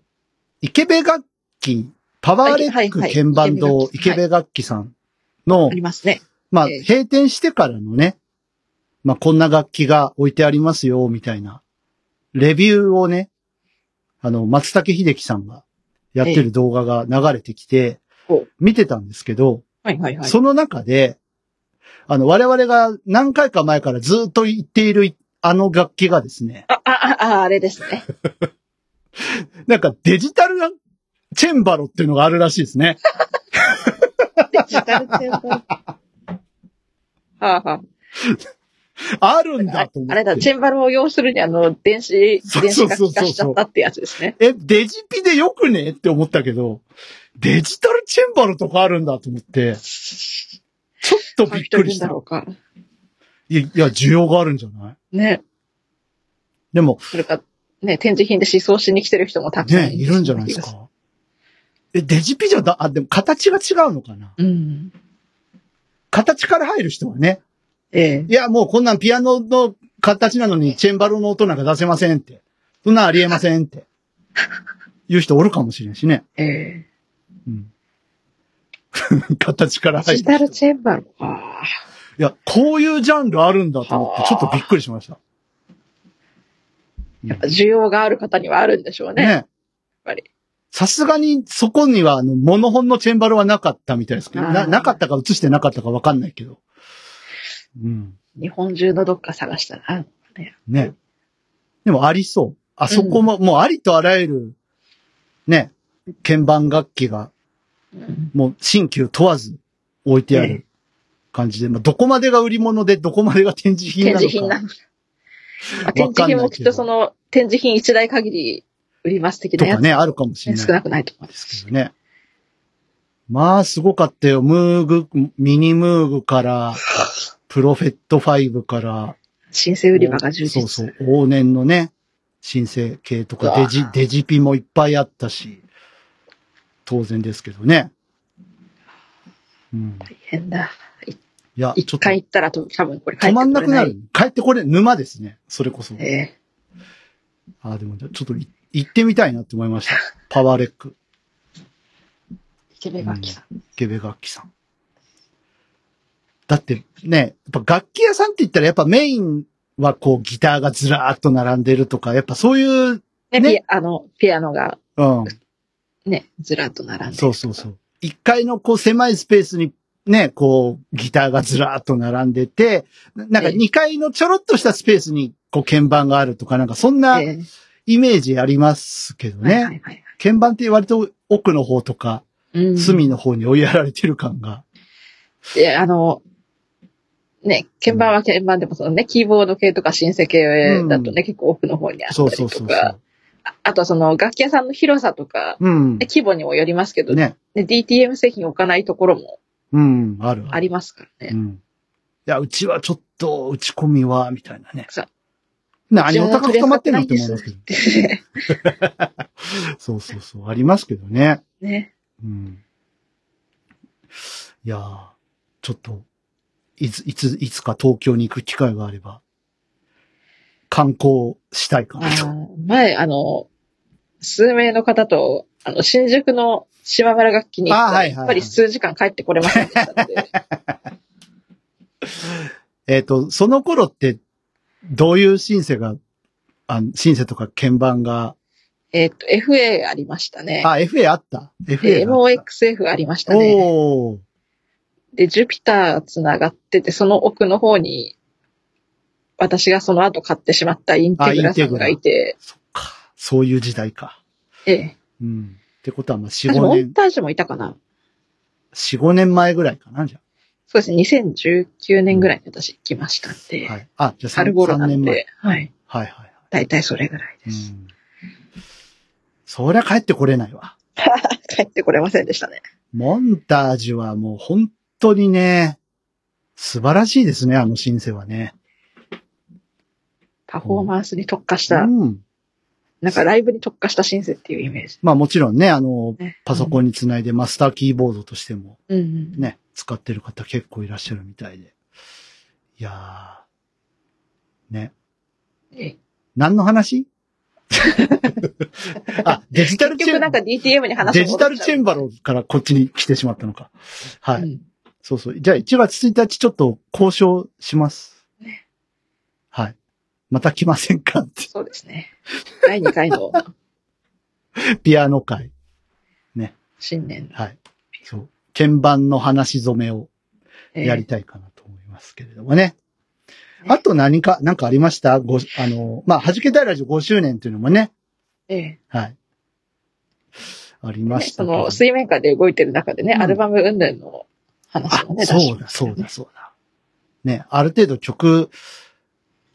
Speaker 2: 池部楽器、パワーレ
Speaker 3: はい
Speaker 2: ック
Speaker 3: はいはい
Speaker 2: 鍵盤堂池
Speaker 3: 池部
Speaker 2: 部楽器さんの
Speaker 3: あ、りますね。
Speaker 2: まあ、
Speaker 3: ええ
Speaker 2: 閉店してからのね、まあ、こんな楽器が置いてありますよ、みたいな、レビューをね、あの、松竹秀樹さんがやってる動画が流れてきて
Speaker 3: ほう、
Speaker 2: 見てたんですけど、
Speaker 3: はいはいはい。
Speaker 2: その中で、あの、我々が何回か前からずっと言っている、あの楽器がですね、
Speaker 3: あ、あ、あ、ああれです ね。
Speaker 2: なんかデジタルチェンバロっていうのがあるらしいですね。
Speaker 3: デジタル天皇はあはあ。
Speaker 2: あるんだ
Speaker 3: あ
Speaker 2: と思って。
Speaker 3: あれだ、チェンバルを要するに、あの、電子、
Speaker 2: そう
Speaker 3: 電
Speaker 2: そう
Speaker 3: 子
Speaker 2: そうそう
Speaker 3: が気化しちゃったってやつですね。
Speaker 2: え、デジピでよくねって思ったけど、デジタルチェンバロとかあるんだと思って、ちょっとびっくりした。
Speaker 3: 買う人いるんだろうか。
Speaker 2: いや、いや需要があるんじゃない
Speaker 3: ね。
Speaker 2: でも、
Speaker 3: それか、ね、展示品で思想しに来てる人もたくさん
Speaker 2: ね、いるんじゃないです
Speaker 3: そう
Speaker 2: か。え、デジピじゃだ、あ、でも形が違うのかな
Speaker 3: 気がする。うん。
Speaker 2: 形から入る人はね、
Speaker 3: ええ。
Speaker 2: いや、もうこんなんピアノの形なのにチェンバロの音なんか出せませんって。そんなんありえませんって。言う人おるかもしれんしね。
Speaker 3: ええ。
Speaker 2: うん。 形から
Speaker 3: デ
Speaker 2: 入る
Speaker 3: ジ
Speaker 2: 人。
Speaker 3: タルチェンバルか。
Speaker 2: いや、こういうジャンルあるんだと思って、
Speaker 3: はあ
Speaker 2: ちょっとびっくりしました。
Speaker 3: やっぱ需要がある方にはあるんでしょうね。やっ
Speaker 2: ね。
Speaker 3: ぱり。
Speaker 2: さすがに、そこには、あの、モノホンのチェンバルはなかったみたいですけど、
Speaker 3: あー
Speaker 2: な、なかったか映してなかったかわかんないけど。うん。
Speaker 3: 日本中のどっか探したらあるのかね。
Speaker 2: ね。でもありそう。あそこも、もうありとあらゆる、ね、鍵盤楽器が、
Speaker 3: うん
Speaker 2: もう新旧問わず置いてあ
Speaker 3: え
Speaker 2: る感じで、まあ、どこまでが売り物で、どこまでが展示品な
Speaker 3: 展
Speaker 2: のか。
Speaker 3: 示品なのか。まあ展
Speaker 2: わかんない
Speaker 3: 示
Speaker 2: け
Speaker 3: 品
Speaker 2: ど
Speaker 3: もきっとその、展示品一台限り売ります的
Speaker 2: と
Speaker 3: なや
Speaker 2: か
Speaker 3: つ、
Speaker 2: ね、あるかもしれ
Speaker 3: ね
Speaker 2: ない
Speaker 3: 少。なくないと思いま。
Speaker 2: ですすけどね。まあ、すごかったよ。ムーグ、ミニムーグ から、プロフェット5から、
Speaker 3: 新生売り場が充実。
Speaker 2: そうそう、往年のね、新生系と
Speaker 3: う
Speaker 2: か、
Speaker 3: わ
Speaker 2: デジ、デジピもいっぱいあったし、当然ですけどね。うん。
Speaker 3: 大変だ。い
Speaker 2: いや、ちょっ
Speaker 3: 一
Speaker 2: と
Speaker 3: 回行ったらと多分これ帰っ
Speaker 2: 止
Speaker 3: て
Speaker 2: ま
Speaker 3: これ
Speaker 2: んなくなる。。帰ってこれ、沼ですね。それこそ。
Speaker 3: ええ
Speaker 2: ああ、でも、ちょっとい行ってみたいなって思いま した。パワーレック、
Speaker 3: 池部楽器さん。
Speaker 2: ゲベ楽器さん。だってね、やっぱ楽器屋さんって言ったらやっぱメインはこうギターがずらーっと並んでるとか、やっぱそういう、ね
Speaker 3: ね、ピアあの、ピアノが
Speaker 2: うん、
Speaker 3: ね、ずらっと並んで。
Speaker 2: そうそうそう。一階のこう狭いスペースにね、こうギターがずらーっと並んでて、ななんか
Speaker 3: ええ
Speaker 2: 二階のちょろっとしたスペースにこう鍵盤があるとか、なんかそんな
Speaker 3: ええ
Speaker 2: イメージありますけど
Speaker 3: はいはいは
Speaker 2: ね。
Speaker 3: いはい。
Speaker 2: 鍵盤って割と奥の方とか、
Speaker 3: うん
Speaker 2: 隅の方に追いやられてる感が。
Speaker 3: いや、あの、ね、鍵盤は鍵盤でもそのね、キーボード系とかシンセ系だとね、結構奥の方にあった
Speaker 2: そう
Speaker 3: り
Speaker 2: そう
Speaker 3: と
Speaker 2: そうそ
Speaker 3: か
Speaker 2: う、。
Speaker 3: ああとはその楽器屋さんの広さとか、
Speaker 2: うん
Speaker 3: ね。規模にもよりますけど、ね、
Speaker 2: ね。
Speaker 3: DTM 製品置かないところも
Speaker 2: うん、ある。
Speaker 3: ありますから
Speaker 2: う
Speaker 3: ね。
Speaker 2: ん。いや、うちはちょっと打ち込みは、みたいなね
Speaker 3: そう。
Speaker 2: 何を高く止まってんのって思い
Speaker 3: じゃ
Speaker 2: ま
Speaker 3: あ
Speaker 2: すけど。 そうそうそう、ありますけどね。
Speaker 3: ね。
Speaker 2: うん。いやー、ちょっと、いつ、いつ、いつか東京に行く機会があれば、観光したいか
Speaker 3: あ
Speaker 2: なと。
Speaker 3: ー前、あの、数名の方と、あの、新宿の島村楽器に行った
Speaker 2: あー
Speaker 3: ら
Speaker 2: はいはいはい
Speaker 3: やっぱり数時間帰ってこれませんでした って。
Speaker 2: えっ、と、その頃って、どういうシンセが、あのシンセとか鍵盤が、
Speaker 3: えっと、FA ありましたね。
Speaker 2: あ、FA あった。FA
Speaker 3: で
Speaker 2: があった。
Speaker 3: MOXF ありましたね。
Speaker 2: おー。
Speaker 3: で、ジュピターつながってて、その奥の方に、私がその後買ってしまったインテグラさんがいて、
Speaker 2: そっか。そういう時代か。
Speaker 3: ええ。
Speaker 2: うん。ってことは、まあ、4、
Speaker 3: 確か
Speaker 2: 5
Speaker 3: モン
Speaker 2: 年、
Speaker 3: タージュもいたかな
Speaker 2: 4、5年前ぐらいかな、じゃ
Speaker 3: そうですね、2019年ぐらいに私来ましたんで、
Speaker 2: あ。はい。あ、じゃあ
Speaker 3: 春
Speaker 2: 3,
Speaker 3: 頃な
Speaker 2: 年
Speaker 3: ん
Speaker 2: 前。
Speaker 3: で、はい。
Speaker 2: はいはい。
Speaker 3: 大体それぐらいで
Speaker 2: う
Speaker 3: す。
Speaker 2: ん。そりゃ帰ってこれないわ。
Speaker 3: 帰ってこれませんでしたね。
Speaker 2: モンタージュはもう本当にね、素晴らしいですね、あのシンセはね。
Speaker 3: パフォーマンスに特化し
Speaker 2: う
Speaker 3: た、
Speaker 2: ん。
Speaker 3: なんかライブに特化したシンセっていうイメージ。
Speaker 2: まあもちろんね、あの、
Speaker 3: ね、
Speaker 2: パソコンにつないでマスターキーボードとしても
Speaker 3: ン。うん。
Speaker 2: ね、使ってる方結構いらっしゃるみたいで。いやー。ね。
Speaker 3: え
Speaker 2: 何の 話あ、デジタル
Speaker 3: 結
Speaker 2: チェ
Speaker 3: 局なんか
Speaker 2: ン
Speaker 3: DTM に話
Speaker 2: デジタルチェン
Speaker 3: バ
Speaker 2: バロからこっちに来てしまったのか。はい。
Speaker 3: うん。
Speaker 2: そうそう。じゃあ1月1日ちょっと交渉します。はい。また来ませんかっ
Speaker 3: そうですね。第2回の
Speaker 2: て。 ピアノ会。
Speaker 3: 新年の
Speaker 2: はい。そう。鍵盤の話し染めを
Speaker 3: えー
Speaker 2: やりたいかなと思いますけれどもね。
Speaker 3: ね
Speaker 2: あと何か、何かありましたご、あの、まあ、はじけたいラジオ5周年というのもね。
Speaker 3: ええ
Speaker 2: はい。ありま
Speaker 3: ね
Speaker 2: した
Speaker 3: そ
Speaker 2: けど
Speaker 3: の水面下で動いてる中でね、
Speaker 2: うん
Speaker 3: アルバム云々の話もね、
Speaker 2: あそうだ、そうだ、
Speaker 3: ね。
Speaker 2: そうだ。ね、ある程度曲、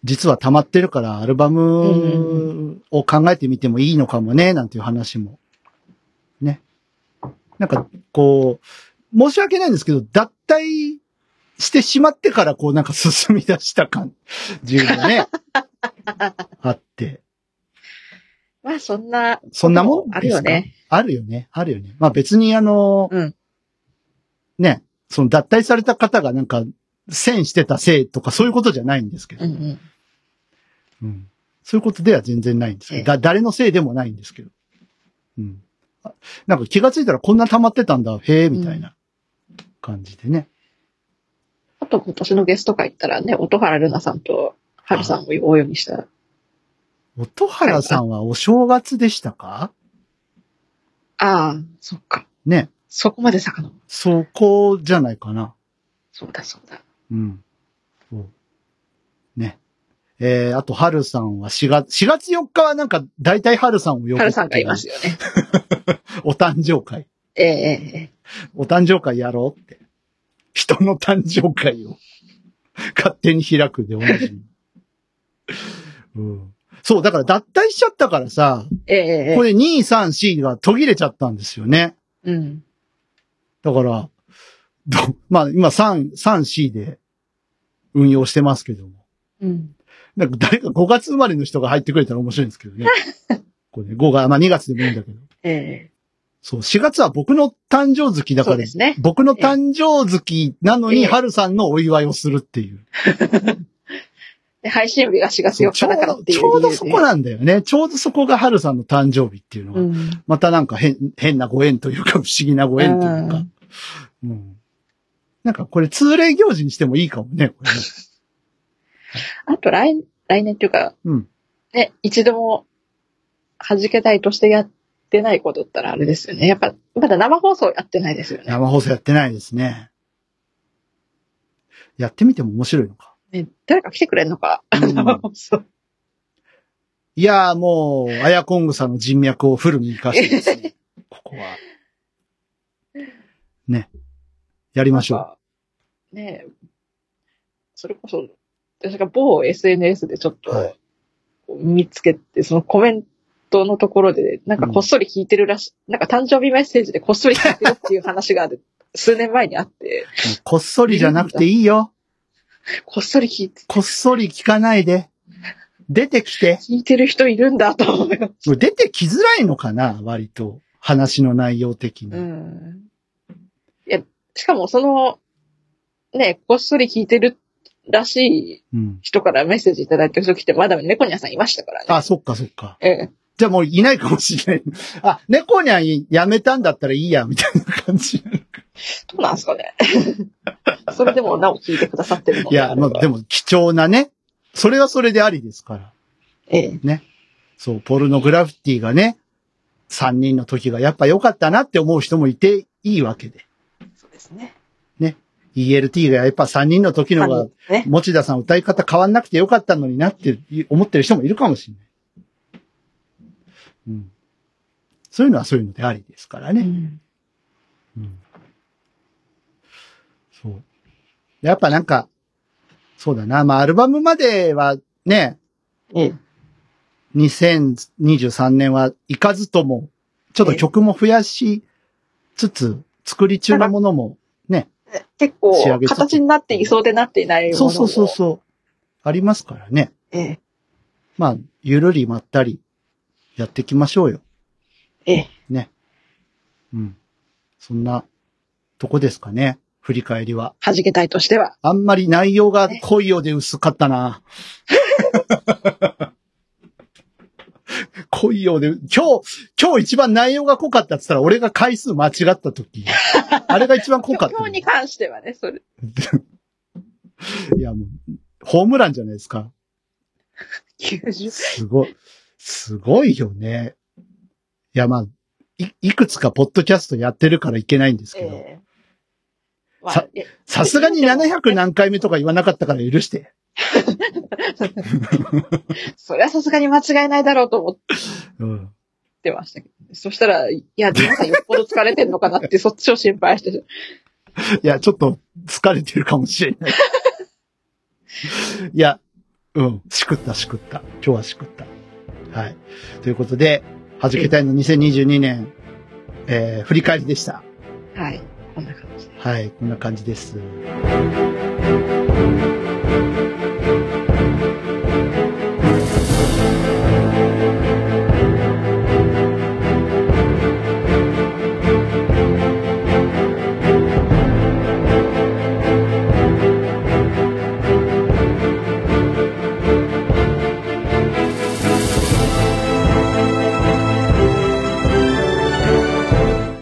Speaker 2: 実は溜まってるから、アルバムを考えてみてもいいのかもね、なんていう話も。ね。なんか、こう、申し訳ないんですけど、脱退してしまってから、こう、なんか進み出した感じがね、 あって。
Speaker 3: まあそんな、
Speaker 2: そんなもん
Speaker 3: あるよね。
Speaker 2: ですか。あるよね。あるよね。まあ別にあの、
Speaker 3: うん
Speaker 2: ね、その脱退された方がなんか、戦してたせいとかそういうことじゃないんですけど、
Speaker 3: うんうん。
Speaker 2: うんそういうことでは全然ないんですけ
Speaker 3: ええ
Speaker 2: ど、だ誰のせいでもないんですけど。うん。あなんか気がついたらこんな溜まってたんだ、へえ、みたいな感じでね。
Speaker 3: あと今年のゲスト会行ったらね、音原ルナさんと春さんを大読みした。
Speaker 2: 音原さんはお正月でしたか
Speaker 3: ああ、そっか。
Speaker 2: ね。
Speaker 3: そこまで遡る。
Speaker 2: そこじゃないかな。
Speaker 3: そうだそうだ。
Speaker 2: うん。そう。ね。えー、あと、はるさんは4月、4月4日はなんか、だいたいはるさんを呼ぶ
Speaker 3: 春さんがいます。よね。
Speaker 2: お誕生会。
Speaker 3: ええええええ
Speaker 2: お誕生会やろうって。人の誕生会を勝手に開くでおなじみ。 うん。そう、だから脱退しちゃったからさ、
Speaker 3: ええええ
Speaker 2: これ2、3、4が途切れちゃったんですよね。
Speaker 3: うん。
Speaker 2: だから、どまあ今3、3、4で運用してますけども。
Speaker 3: うん。
Speaker 2: なんか誰か5月生まれの人が入ってくれたら面白いんですけど ね。これね、5が、まあ2月でもいいんだけど。
Speaker 3: ええ
Speaker 2: そう、4月は僕の誕生月だ
Speaker 3: そ
Speaker 2: か
Speaker 3: う
Speaker 2: ら
Speaker 3: で、すね。
Speaker 2: 僕の誕生月なの
Speaker 3: え
Speaker 2: に、
Speaker 3: え
Speaker 2: 春さんのお祝いをするっていう。
Speaker 3: で配信日が4月
Speaker 2: そ
Speaker 3: 4
Speaker 2: うち
Speaker 3: 日
Speaker 2: ょう
Speaker 3: だからっ
Speaker 2: ど、
Speaker 3: てい
Speaker 2: ち
Speaker 3: う
Speaker 2: ょう
Speaker 3: 理由
Speaker 2: ど
Speaker 3: で。
Speaker 2: そこなんだよね。ちょうどそこが春さんの誕生日っていうの
Speaker 3: う
Speaker 2: が、
Speaker 3: ん。
Speaker 2: またなんか変、変なご縁というか、不思議なご縁というか。うん。なんかこれ通例行事にしてもいいかもね、これね
Speaker 3: あと来、来年っていうか、
Speaker 2: うん
Speaker 3: ね、一度も弾けたいとしてやってないことったらあれですよね。やっぱ、まだ生放送やってないですよね。
Speaker 2: 生放送やってないですね。やってみても面白いのか。
Speaker 3: ね誰か来てくれんのか、
Speaker 2: うん
Speaker 3: 生放送。
Speaker 2: いやーもう、アヤコングさんの人脈をフルに活かしてです ね。ここは。ね。やりましょ
Speaker 3: ねそれこそ、私が某 SNS でちょっと、
Speaker 2: はい
Speaker 3: 見つけて、そのコメントのところで、なんかこっそり聞いてるらしい、なんか誕生日メッセージでこっそり聞いてるっていう話がある数年前にあって、
Speaker 2: こっそりじゃなくていいよ。
Speaker 3: こっそり聞いて、
Speaker 2: こっそり聞かないで。出てきて。
Speaker 3: 聞いてる人いるんだと思いました。
Speaker 2: 出てきづらいのかな割と。話の内容的に。
Speaker 3: うん。いや、しかもその、ね、こっそり聞いてるらしい
Speaker 2: うん。
Speaker 3: 人からメッセージいただいてる人来て、まだ猫ニャさんいましたからね。
Speaker 2: あ、そっかそっか。
Speaker 3: ええ。
Speaker 2: じゃあもういないかもしれない。あ、猫にゃんやめたんだったらいいや、みたいな感じ。
Speaker 3: どうなんすか ね。それでもなお聞いてくださってるの
Speaker 2: いや、まあで
Speaker 3: も。
Speaker 2: も貴重なね。それはそれでありですから。
Speaker 3: ええ。
Speaker 2: そう、ポルノグラフィティがね、3人の時がやっぱ良かったなって思う人もいていいわけで。
Speaker 3: そうですね。
Speaker 2: ELT がやっぱ3人の時の
Speaker 3: あ
Speaker 2: が
Speaker 3: の、ね。
Speaker 2: 持田さん歌い方変わんなくてよかったのになって思ってる人もいるかもしれない。うん。そういうのはそういうのでありですからね。うん。そう。やっぱなんか、そうだな。まあ、アルバムまではね、
Speaker 3: ええ。
Speaker 2: 2023年は行かずとも、ちょっと曲も増やしつつ、作り中のものも、
Speaker 3: 結
Speaker 2: 仕上
Speaker 3: 構、
Speaker 2: げつつ
Speaker 3: 形になっていそうでなっていないもの
Speaker 2: そ
Speaker 3: も
Speaker 2: うそうそうそう、ありますからね。
Speaker 3: ええ。
Speaker 2: まあ、ゆるりまったり、やっていきましょうよ。
Speaker 3: ええ。
Speaker 2: うん。そんな、とこですかね。振り返りは。
Speaker 3: 弾けたいとしては。
Speaker 2: あんまり内容が濃いようで薄かったな。 濃いようで、今日、今日一番内容が濃かったって言ったら、俺が回数間違った時。あれが一番濃か
Speaker 3: 今
Speaker 2: った。
Speaker 3: 日に関してはね、それ。
Speaker 2: いや、もう、ホームランじゃないですか。
Speaker 3: 90。
Speaker 2: すごい。すごいよね。いや、まあ、い、いくつかポッドキャストやってるからいけないんです
Speaker 3: え
Speaker 2: けど、
Speaker 3: え。まあ
Speaker 2: さ、
Speaker 3: え
Speaker 2: さすがに700何回目とか言わなかったから許して。
Speaker 3: それはさすがに間違いないだろうと思っ
Speaker 2: うん。
Speaker 3: てましたけど。そしたら、いや、皆さんよっぽど疲れてんのか なって、そっちを心配して、
Speaker 2: いや、ちょっと疲れてるかもしれない。いや、うん、しくったしくった。今日はしくった。はい。ということで、はじけたいの2022年、えー、振り返りでした。
Speaker 3: はい。こんな感じで。
Speaker 2: はい、こんな感じです。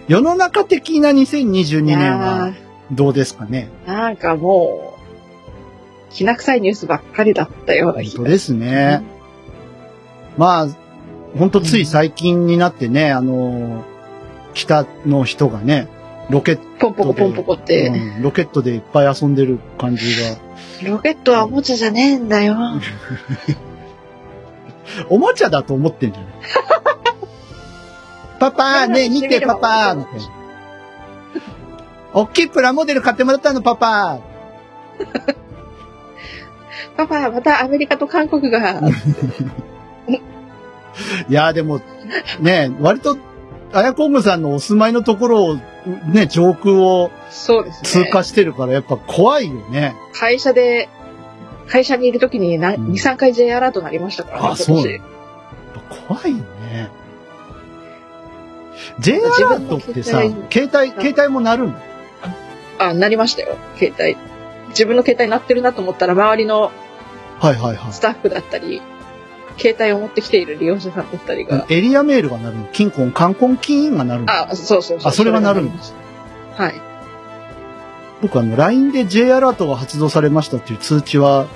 Speaker 2: 世の中的な2022
Speaker 3: い
Speaker 2: 年
Speaker 3: や
Speaker 2: は
Speaker 3: ー、
Speaker 2: どうですかね。
Speaker 3: なんかもう、きな臭いニュースばっかりだったような
Speaker 2: 本
Speaker 3: 気
Speaker 2: 当
Speaker 3: が
Speaker 2: ですね。まあ、本当つい最近になってね、あの、北の人がね、ロケット
Speaker 3: ポンポコポンポコって。
Speaker 2: うんロケットでいっぱい遊んでる感じ
Speaker 3: ロケットはおもちゃじゃねえんだよ。
Speaker 2: が、おもちゃだと思ってん じゃないパパ、ねえ見てパパみたいな。大きいプラモデル買ってもらったの、パパ。
Speaker 3: パパ、またアメリカと韓国が、
Speaker 2: いやーでも、ねえ、割と、あやこんぐさんのお住まいのところを、ね、上空を
Speaker 3: そうですね。
Speaker 2: 通過してるから、やっぱ怖いよね。
Speaker 3: 会社で、会社にいるときにな、
Speaker 2: うん
Speaker 3: 2、3回 J アラートなりましたから、
Speaker 2: あそうなの
Speaker 3: 今年
Speaker 2: やっぱ怖いよね。J ア
Speaker 3: 自
Speaker 2: ラ
Speaker 3: 分
Speaker 2: ー
Speaker 3: の
Speaker 2: トってさ、
Speaker 3: 携
Speaker 2: 携
Speaker 3: 帯
Speaker 2: 帯、携帯も鳴るの
Speaker 3: あ、なりましたよ、携帯。自分の携帯鳴ってるなと思ったら、周りの
Speaker 2: はいはいは
Speaker 3: スタッフだったり、携帯を持ってきている利用者さんだったりが、
Speaker 2: い。エリアメールが鳴るの金婚、観光キーンが鳴るの
Speaker 3: あ、そうそうそう。
Speaker 2: あそれが鳴るん
Speaker 3: で。
Speaker 2: です
Speaker 3: はい。
Speaker 2: 僕あの、LINE で J アラートが発動されましたっていう通知は、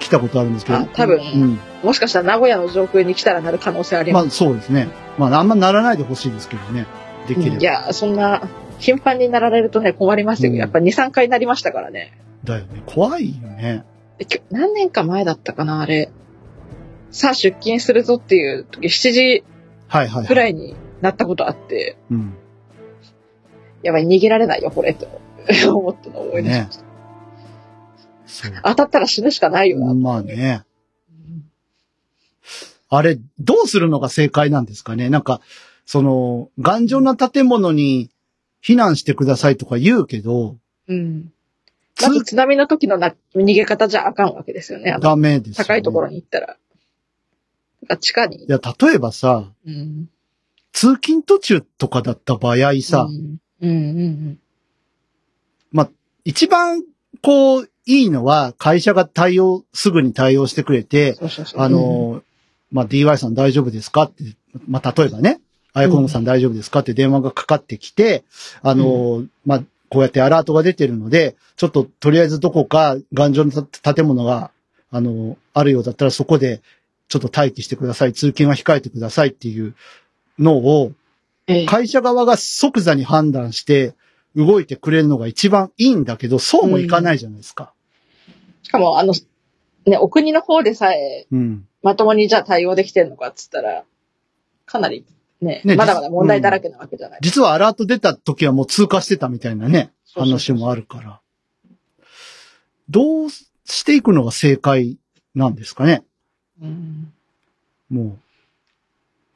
Speaker 2: 来たことあるんですけど。
Speaker 3: あ多分
Speaker 2: うん。
Speaker 3: もしかしたら名古屋の上空に来たらなる可能性あり
Speaker 2: ま
Speaker 3: ます。
Speaker 2: あそうですね。まああんま鳴らないでほしいですけどね。できれば。
Speaker 3: いや、そんな、頻繁になられるとね、困りますよ。
Speaker 2: うん
Speaker 3: やっぱ2、3回なりましたからね。
Speaker 2: だよね。怖いよね。
Speaker 3: できょ何年か前だったかな、あれ。さあ、出勤するぞっていう時、7時
Speaker 2: はいはい、
Speaker 3: ぐ
Speaker 2: はい。
Speaker 3: らいになったことあって、
Speaker 2: うん。
Speaker 3: やばい、逃げられないよ、これ、と思ったのを思い出しました。
Speaker 2: そう。
Speaker 3: 当たったら死ぬしかないよな。
Speaker 2: まあね。あれ、どうするのが正解なんですかねなんか、その、頑丈な建物に避難してくださいとか言うけど、
Speaker 3: うん。
Speaker 2: つ
Speaker 3: まず津波の時のな逃げ方じゃあかんわけですよね。あの
Speaker 2: ダメですよね、
Speaker 3: 高いところ
Speaker 2: い
Speaker 3: に行ったら。だから地下に。
Speaker 2: や、例えばさ、
Speaker 3: うん。
Speaker 2: 通勤途中とかだった場合さ、
Speaker 3: うん。うんうん
Speaker 2: 一番、こう、いいのは、会社が対応、すぐに対応してくれ
Speaker 3: うん。
Speaker 2: て、
Speaker 3: そうそうそう。
Speaker 2: あの、まあ、DY さん大丈夫ですかって、まあ、例えばね、アイコンさん大丈夫ですかって電話がかかってきて、あの、まあ、こうやってアラートが出てるので、ちょっととりあえずどこか頑丈な建物が、あの、あるようだったらそこで、ちょっと待機してください、通勤は控えてくださいっていうのを、
Speaker 3: うん、ええ
Speaker 2: 会社側が即座に判断して動いてくれるのが一番いいんだけど、そうもいかないじゃないですか。
Speaker 3: しかも、あの、ね、お国の方でさえ、
Speaker 2: うん。
Speaker 3: まともにじゃあ対応できてるのかっつったら、かなり、ね、
Speaker 2: ね
Speaker 3: まだまだ問題だらけなわけじゃない。
Speaker 2: 実はアラート出た時はもう通過してたみたいなね、
Speaker 3: そうそう
Speaker 2: 話もあるから。どうしていくのが正解なんですかね
Speaker 3: うん。
Speaker 2: も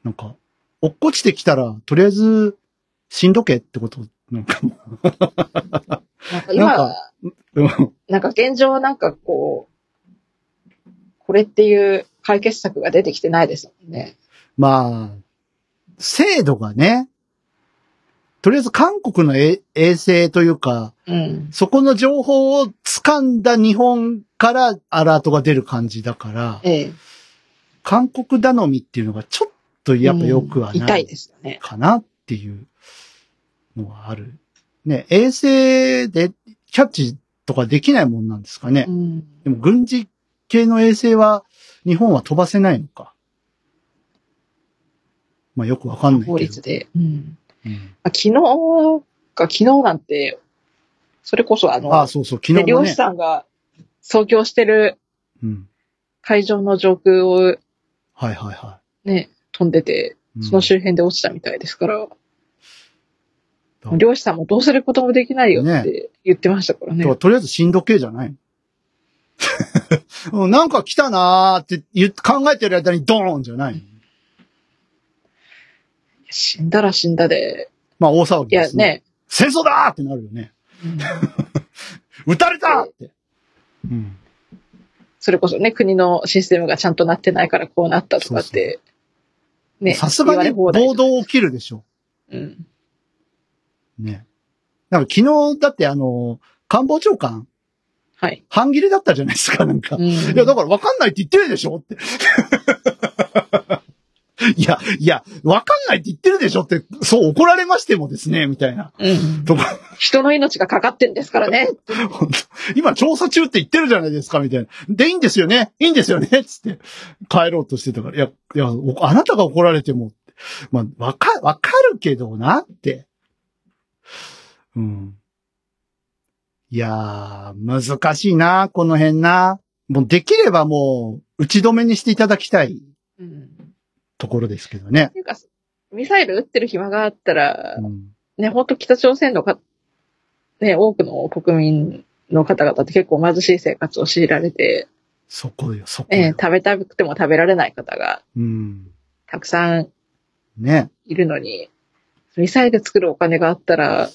Speaker 2: う、なんか、落っこちてきたら、とりあえず、しんどけってことなんか も
Speaker 3: なんか今は
Speaker 2: なんううん
Speaker 3: なんか現状なんかこう、これっていう解決策が出てきてないですもんね。
Speaker 2: まあ、制度がね、とりあえず韓国の衛衛星というか、
Speaker 3: うん。
Speaker 2: そこの情報を掴んだ日本からアラートが出る感じだから、
Speaker 3: ええ。
Speaker 2: 韓国頼みっていうのがちょっとやっぱ良くは
Speaker 3: うん
Speaker 2: な
Speaker 3: 痛い
Speaker 2: い
Speaker 3: ですよね。
Speaker 2: かなっていうのはある。ね、衛星でキャッチとかできないもんなんですかね
Speaker 3: う。ん。
Speaker 2: でも軍事系の衛星は日本は飛ばせないのか。まあよくわかんないけど。
Speaker 3: 法律で。うん。
Speaker 2: うん
Speaker 3: あ昨日か、昨日なんて、それこそあの、
Speaker 2: ああ、そうそう、昨
Speaker 3: で
Speaker 2: 日も
Speaker 3: 漁師
Speaker 2: ね。
Speaker 3: さんが創業してる
Speaker 2: うん。
Speaker 3: 会場の上空を
Speaker 2: はいはいは
Speaker 3: ね、飛んでて、
Speaker 2: い。うん
Speaker 3: その周辺で落ちたみたいですから、
Speaker 2: うん
Speaker 3: 漁師さんもどうすることもできないよって言ってましたからね。
Speaker 2: ととりあえずしんどけじゃない のうんなんか来たなーって言う考えてる間にドーンじゃないの
Speaker 3: 死んだら死んだで、
Speaker 2: まあ大騒ぎ
Speaker 3: い
Speaker 2: で
Speaker 3: や
Speaker 2: すね。
Speaker 3: ね、
Speaker 2: 戦争だーってなるよね。
Speaker 3: うん
Speaker 2: 撃たれたーって。うん。
Speaker 3: それこそね、国のシステムがちゃんとなってないからこうなったとかって、ね、
Speaker 2: さすがに
Speaker 3: 言
Speaker 2: 暴
Speaker 3: われ放題とか
Speaker 2: 動起きるでしょ。
Speaker 3: うん。
Speaker 2: ね。なんか昨日だってあの、官房長官、
Speaker 3: はい。
Speaker 2: 半切れだったじゃないですか、なんか。
Speaker 3: うん
Speaker 2: いや、だから分かんないって言ってるでしょって。 いや、いや、分かんないって言ってるでしょって、そう怒られましてもですね、みたいな。
Speaker 3: うん
Speaker 2: とこ
Speaker 3: 人の命がかかってんですからね。
Speaker 2: 本当 今調査中って言ってるじゃないですか、みたいな。で、いいんですよねいいんですよねつって、帰ろうとしてたから。いや、いや、おあなたが怒られても、まあ、わか、わかるけどなって。うん。いやー、難しいな、この辺な。もうできればもう、打ち止めにしていただきたい
Speaker 3: うん。
Speaker 2: ところですけどね。
Speaker 3: ていうか、ミサイル撃ってる暇があったら
Speaker 2: う、ん。
Speaker 3: ね、ほんと北朝鮮のか、ね、多くの国民の方々って結構貧しい生活を強いられて、
Speaker 2: そこよ、そこ
Speaker 3: えー
Speaker 2: よ。
Speaker 3: 食べたくても食べられない方が
Speaker 2: うん。
Speaker 3: たくさん
Speaker 2: ね。
Speaker 3: いるのに、ミサイル作るお金があったら、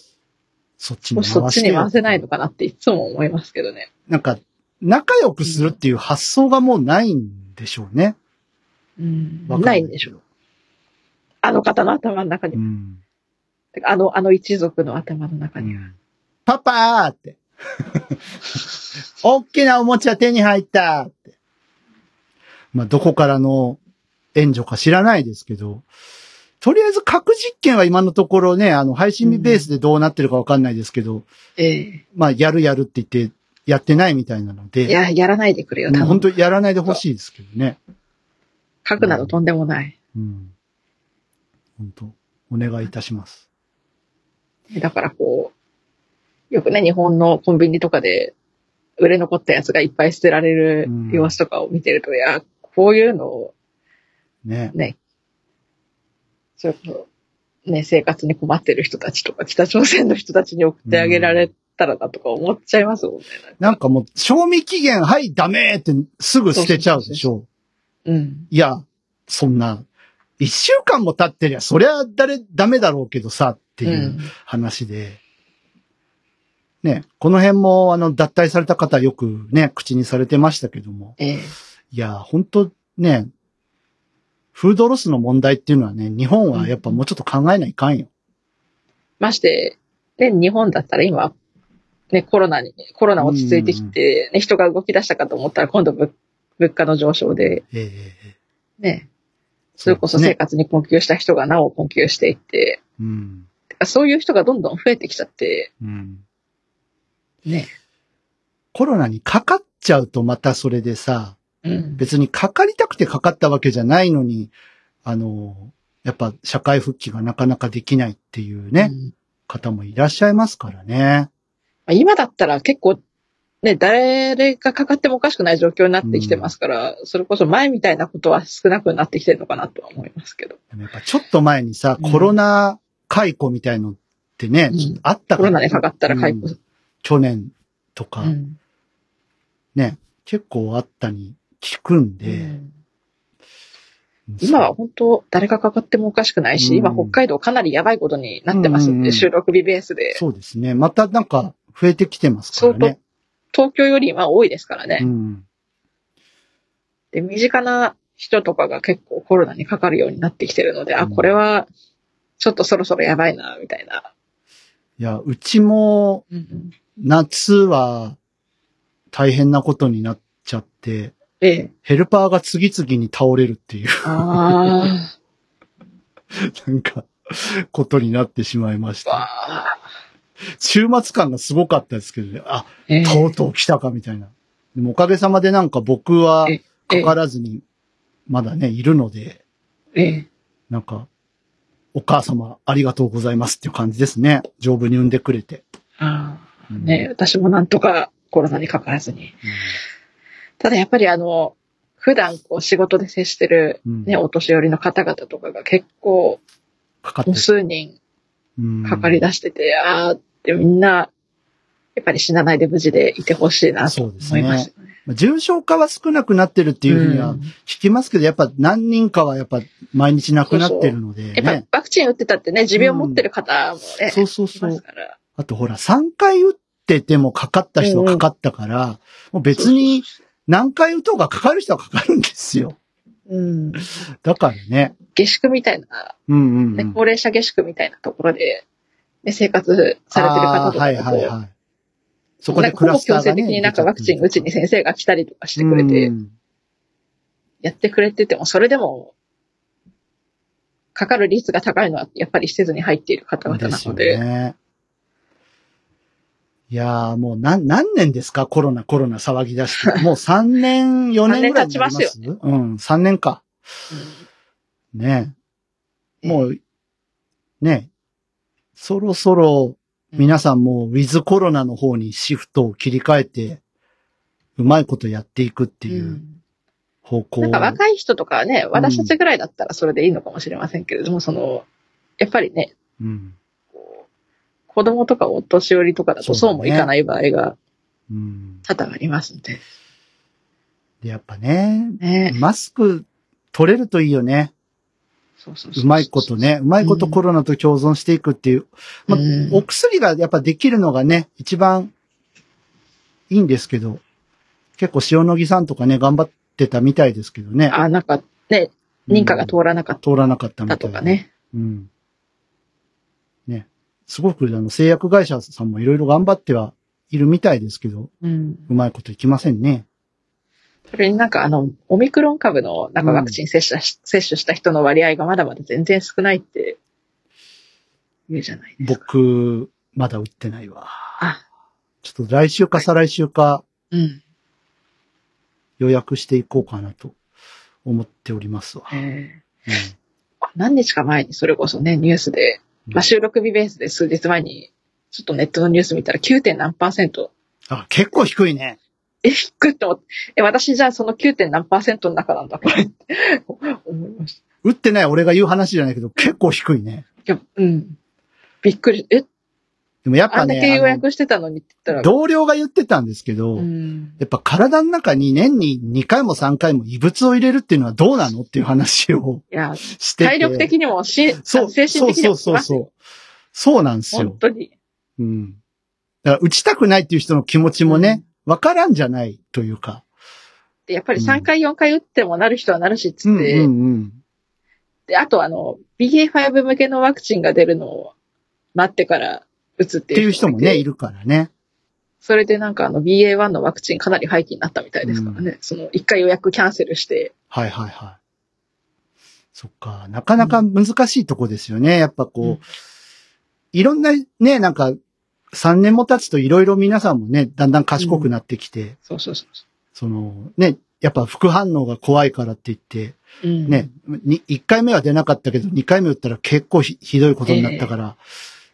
Speaker 2: そっちに
Speaker 3: も
Speaker 2: 回
Speaker 3: し
Speaker 2: してよ。
Speaker 3: そっちに回せないのかなっていつも思いますけどね。
Speaker 2: なんか、仲良くするっていう発想がもうないんでしょうね。
Speaker 3: うん。
Speaker 2: わか
Speaker 3: ないんでしょ。
Speaker 2: ょ。
Speaker 3: あの方の頭の中に
Speaker 2: う。ん。
Speaker 3: てかあの、あの一族の頭の中に。
Speaker 2: パパーって。大きなおもちゃ手に入ったって。まあ、どこからの援助か知らないですけど、とりあえず核実験は今のところね、あの、配信日ベースでどうなってるかわかんないですけど、
Speaker 3: え
Speaker 2: まあ、やるやるって言って、やってないみたいなの
Speaker 3: えい
Speaker 2: で、
Speaker 3: や、やらないでくれよ、
Speaker 2: もう
Speaker 3: 多
Speaker 2: 本
Speaker 3: 分。
Speaker 2: 当やらないでほしいですけどね。
Speaker 3: 核などとんでもない。
Speaker 2: うん。本当お願いいたします。
Speaker 3: だからこう、よくね、日本のコンビニとかで売れ残ったやつがいっぱい捨てられる
Speaker 2: うん
Speaker 3: 様子とかを見てると、いや、こういうのを
Speaker 2: ね。
Speaker 3: ね、それこそ、ね、生活に困ってる人たちとか、北朝鮮の人たちに送ってあげられったらなとか思っちゃいますもんね。
Speaker 2: なんかもう、賞味期限、はい、ダメってすぐ捨てちゃうでしょ。
Speaker 3: うん。
Speaker 2: いや、そんな、一週間も経ってりゃ、そりゃ誰、ダメだろうけどさ、っていう話で。ね、この辺も、あの、脱退された方よくね、口にされてましたけども。
Speaker 3: ええ
Speaker 2: いや、本当ね、フードロスの問題っていうのはね、日本はやっぱもうちょっと考えないかんよ。
Speaker 3: まして、で、日本だったら今、ね、コロナに、コロナ落ち着いてきて、ね、人が動き出したかと思ったら今度物物価の上昇で、
Speaker 2: ええええええ
Speaker 3: ね、それこそ生
Speaker 2: ね。
Speaker 3: 活に困窮した人がなお困窮していって、
Speaker 2: うん。
Speaker 3: てかそういう人がどんどん増えてきちゃって、
Speaker 2: うん。
Speaker 3: ね、
Speaker 2: コロナにかかっちゃうとまたそれでさ、
Speaker 3: うん。
Speaker 2: 別にかかりたくてかかったわけじゃないのに、あの、やっぱ社会復帰がなかなかできないっていうね、
Speaker 3: うん
Speaker 2: 方もいらっしゃいますからね。
Speaker 3: まあ今だったら結構、ね、誰がかかってもおかしくない状況になってきてますから、それこそ前みたいなことは少なくなってきてるのかなとは思いますけど。
Speaker 2: でもやっぱちょっと前にさ、
Speaker 3: うん
Speaker 2: コロナ解雇みたいのってね、
Speaker 3: うん
Speaker 2: あった
Speaker 3: コロナにかかったら解雇
Speaker 2: うん。去年とか、
Speaker 3: うん
Speaker 2: 結構あったに聞くんで。
Speaker 3: 今は本当、誰がかかってもおかしくないし、
Speaker 2: うん
Speaker 3: 今北海道かなりやばいことになってます
Speaker 2: うんん
Speaker 3: で、収録日ベースで。
Speaker 2: そうですね。またなんか増えてきてますからね。
Speaker 3: 東京よりは多いですからね。
Speaker 2: うん。
Speaker 3: で、身近な人とかが結構コロナにかかるようになってきてるので、あ、
Speaker 2: うん
Speaker 3: これは、ちょっとそろそろやばいな、みたいな。
Speaker 2: いや、うちも、夏は大変なことになっちゃって、
Speaker 3: ええ。
Speaker 2: ヘルパーが次々に倒れるっていう、
Speaker 3: あ
Speaker 2: なんか、ことになってしまいまし
Speaker 3: あ、
Speaker 2: た。
Speaker 3: わあ。
Speaker 2: 週末感がすごかったですけどね。あ、
Speaker 3: ええ
Speaker 2: とうとう来たかみたいな。でもおかげさまでなんか僕は
Speaker 3: え
Speaker 2: かからずに、まだね、いるので、
Speaker 3: ええ。
Speaker 2: なんか、お母様ありがとうございますっていう感じですね。丈夫に産んでくれて。
Speaker 3: あ
Speaker 2: う
Speaker 3: あ、
Speaker 2: ん
Speaker 3: ね、私もなんとかコロナにかからずに。ただやっぱりあの、普段こう仕事で接してる
Speaker 2: うん
Speaker 3: ね、お年寄りの方々とかが結構、
Speaker 2: かかって
Speaker 3: 無数人かかり
Speaker 2: だ
Speaker 3: 出してて、ああってみんな、やっぱり死なないで無事でいてほしいなと
Speaker 2: そう
Speaker 3: 思
Speaker 2: ですね
Speaker 3: いますよね。
Speaker 2: 重症化は少なくなってるっていうふうには
Speaker 3: ん
Speaker 2: 聞きますけど、やっぱ何人かはやっぱ毎日亡くなってるので
Speaker 3: やっ
Speaker 2: ね。
Speaker 3: ぱワクチン打ってたってね、持病持ってる方もね、
Speaker 2: そうそう
Speaker 3: い
Speaker 2: そ
Speaker 3: ます
Speaker 2: う。
Speaker 3: から。
Speaker 2: あとほら、3回打っててもかかった人はかかったから、もう別に何回打とうがかかる人はかかるんですよ。
Speaker 3: うん。
Speaker 2: だからね。
Speaker 3: 下宿みたいな、
Speaker 2: うんうん、う
Speaker 3: ね、
Speaker 2: ん。
Speaker 3: 高齢者下宿みたいなところで、ね、生活されてる方
Speaker 2: あー
Speaker 3: とか
Speaker 2: は
Speaker 3: だ
Speaker 2: い
Speaker 3: と
Speaker 2: はいはい。そこでク
Speaker 3: なん
Speaker 2: ラ
Speaker 3: か
Speaker 2: ス
Speaker 3: ほぼ
Speaker 2: ター
Speaker 3: 強制
Speaker 2: が、ね、
Speaker 3: 的になんかワクチン打ちに先生が来たりとかしてくれ
Speaker 2: う
Speaker 3: て、
Speaker 2: ん
Speaker 3: やってくれてても、それでも、かかる率が高いのは、やっぱり施設に入っている方々
Speaker 2: で
Speaker 3: な
Speaker 2: すよ
Speaker 3: ので、
Speaker 2: ね。いやーもう何、何年ですかコロナ、コロナ騒ぎ出 して。もう3年、4年ぐらいになります
Speaker 3: 三年経ち
Speaker 2: うん、3年か。ねえ。もう、ねえ。そろそろ、皆さんもウィズコロナの方にシフトを切り替えて、うまいことやっていくって
Speaker 3: う
Speaker 2: いうん方向。
Speaker 3: なんか若い人とかはね、私たちぐらいだったらそれでいいのかもしれませんけれども、その、やっぱりね、
Speaker 2: うん。
Speaker 3: 子供とかお年寄りとかだと
Speaker 2: そうだね
Speaker 3: そうもいかない場合が
Speaker 2: うん。
Speaker 3: 多々ありますので、
Speaker 2: で、やっぱね、
Speaker 3: ね。
Speaker 2: マスク取れるといいよね。
Speaker 3: そうそう
Speaker 2: うまいこと。ね、うまいことコロナと共存していくっていう、まあ
Speaker 3: うん
Speaker 2: お薬がやっぱできるのがね、一番いいんですけど、結構塩野義さんとかね、頑張ってたみたいですけどね。
Speaker 3: あ、なんかね、
Speaker 2: うん
Speaker 3: 認可が通らなかっ
Speaker 2: 通らなかったみた
Speaker 3: た
Speaker 2: い
Speaker 3: とか。ね。
Speaker 2: うん。ね。すごく、あの、製薬会社さんもいろいろ頑張ってはいるみたいですけど、
Speaker 3: うん。
Speaker 2: うまいこといきませんね。
Speaker 3: それになんかあの、オミクロン株のなんかワクチン接種し、接種した人の割合がまだまだ全然少ないって言うじゃないですか。
Speaker 2: 僕、まだ打ってないわ。
Speaker 3: あ、
Speaker 2: ちょっと来週か再来週か、
Speaker 3: うん。
Speaker 2: 予約していこうかなと思っておりますわ。
Speaker 3: え
Speaker 2: うん
Speaker 3: ー何日か前にそれこそね、ニュースで、まあ、収録日ベースで数日前に、ちょっとネットのニュース見たら 9. 点何パーセント。
Speaker 2: あ、結構低いね。
Speaker 3: え、低いと思って。え、私じゃあその 9. 点何パーセントの中なんだ、これって 思いました。
Speaker 2: 打ってない俺が言う話じゃないけど、結構低いね。
Speaker 3: いや、うん。びっくり。え、
Speaker 2: でもやっ
Speaker 3: あ
Speaker 2: ぱ
Speaker 3: んだけ
Speaker 2: ね
Speaker 3: 予、約してたのにっ
Speaker 2: あ
Speaker 3: て言
Speaker 2: の
Speaker 3: ったら。
Speaker 2: 同僚が言ってたんですけど、
Speaker 3: うん。
Speaker 2: やっぱ体の中に年に2回も3回も異物を入れるっていうのはどうなのっていう話を
Speaker 3: いや、
Speaker 2: してて。
Speaker 3: 体力的にもし、
Speaker 2: そう、
Speaker 3: 精神的にもきます
Speaker 2: そうそうそうそう。そうなんですよ
Speaker 3: 本。当に。
Speaker 2: うん。だから打ちたくないっていう人の気持ちもね、わからんじゃないというか。
Speaker 3: でやっぱり3回、4回打ってもなる人はなるしっつ
Speaker 2: うん
Speaker 3: っ
Speaker 2: うん
Speaker 3: て、
Speaker 2: うん。
Speaker 3: で、あとあの、BA.5 向けのワクチンが出るのを待ってから打つっ
Speaker 2: っててい
Speaker 3: いう
Speaker 2: 人も
Speaker 3: い
Speaker 2: ね、
Speaker 3: て
Speaker 2: いるからね。
Speaker 3: それでなんかあの BA.1 のワクチンかなり廃棄になったみたいですからね。その一回予約キャンセルして。
Speaker 2: はいはいはい。そっか。なかなか難しいとこですよね。やっぱこう、
Speaker 3: うん
Speaker 2: いろんなね、なんか、3年も経つといろいろ皆さんもね、だんだん賢くなってきて、
Speaker 3: そうそうそ
Speaker 2: その、ね、やっぱ副反応が怖いからって言って、
Speaker 3: う。うん、
Speaker 2: ね、に1回目は出なかったけど、2回目打ったら結構ひひどいことになったから、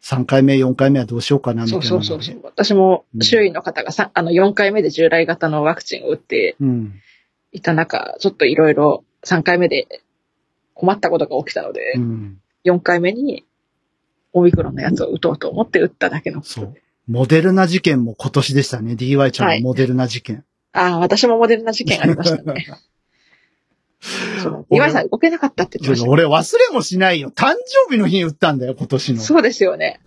Speaker 2: 3回目、4回目はどうしようかな、みたいう
Speaker 3: そ
Speaker 2: な。
Speaker 3: そうそうそう。私も周囲の方がさ、あの4回目で従来型のワクチンを打って
Speaker 2: うん。
Speaker 3: いた中、ちょっといろいろ3回目で困ったことが起きたので、
Speaker 2: うん。
Speaker 3: 4回目にオミクロンのやつを打とうと思って打っただけのこと
Speaker 2: そ
Speaker 3: で
Speaker 2: う。モデルナ事件も今年でしたね。DY ちゃん
Speaker 3: は
Speaker 2: の
Speaker 3: い
Speaker 2: モデルナ事件。
Speaker 3: ああ、私もモデルな事件ありました ね。そう
Speaker 2: 俺
Speaker 3: 岩井さん動けなかったって言って
Speaker 2: ちょ
Speaker 3: まし
Speaker 2: ったと
Speaker 3: ね。
Speaker 2: 俺忘れもしないよ。誕生日の日に打ったんだよ、今年の。
Speaker 3: そうですよね。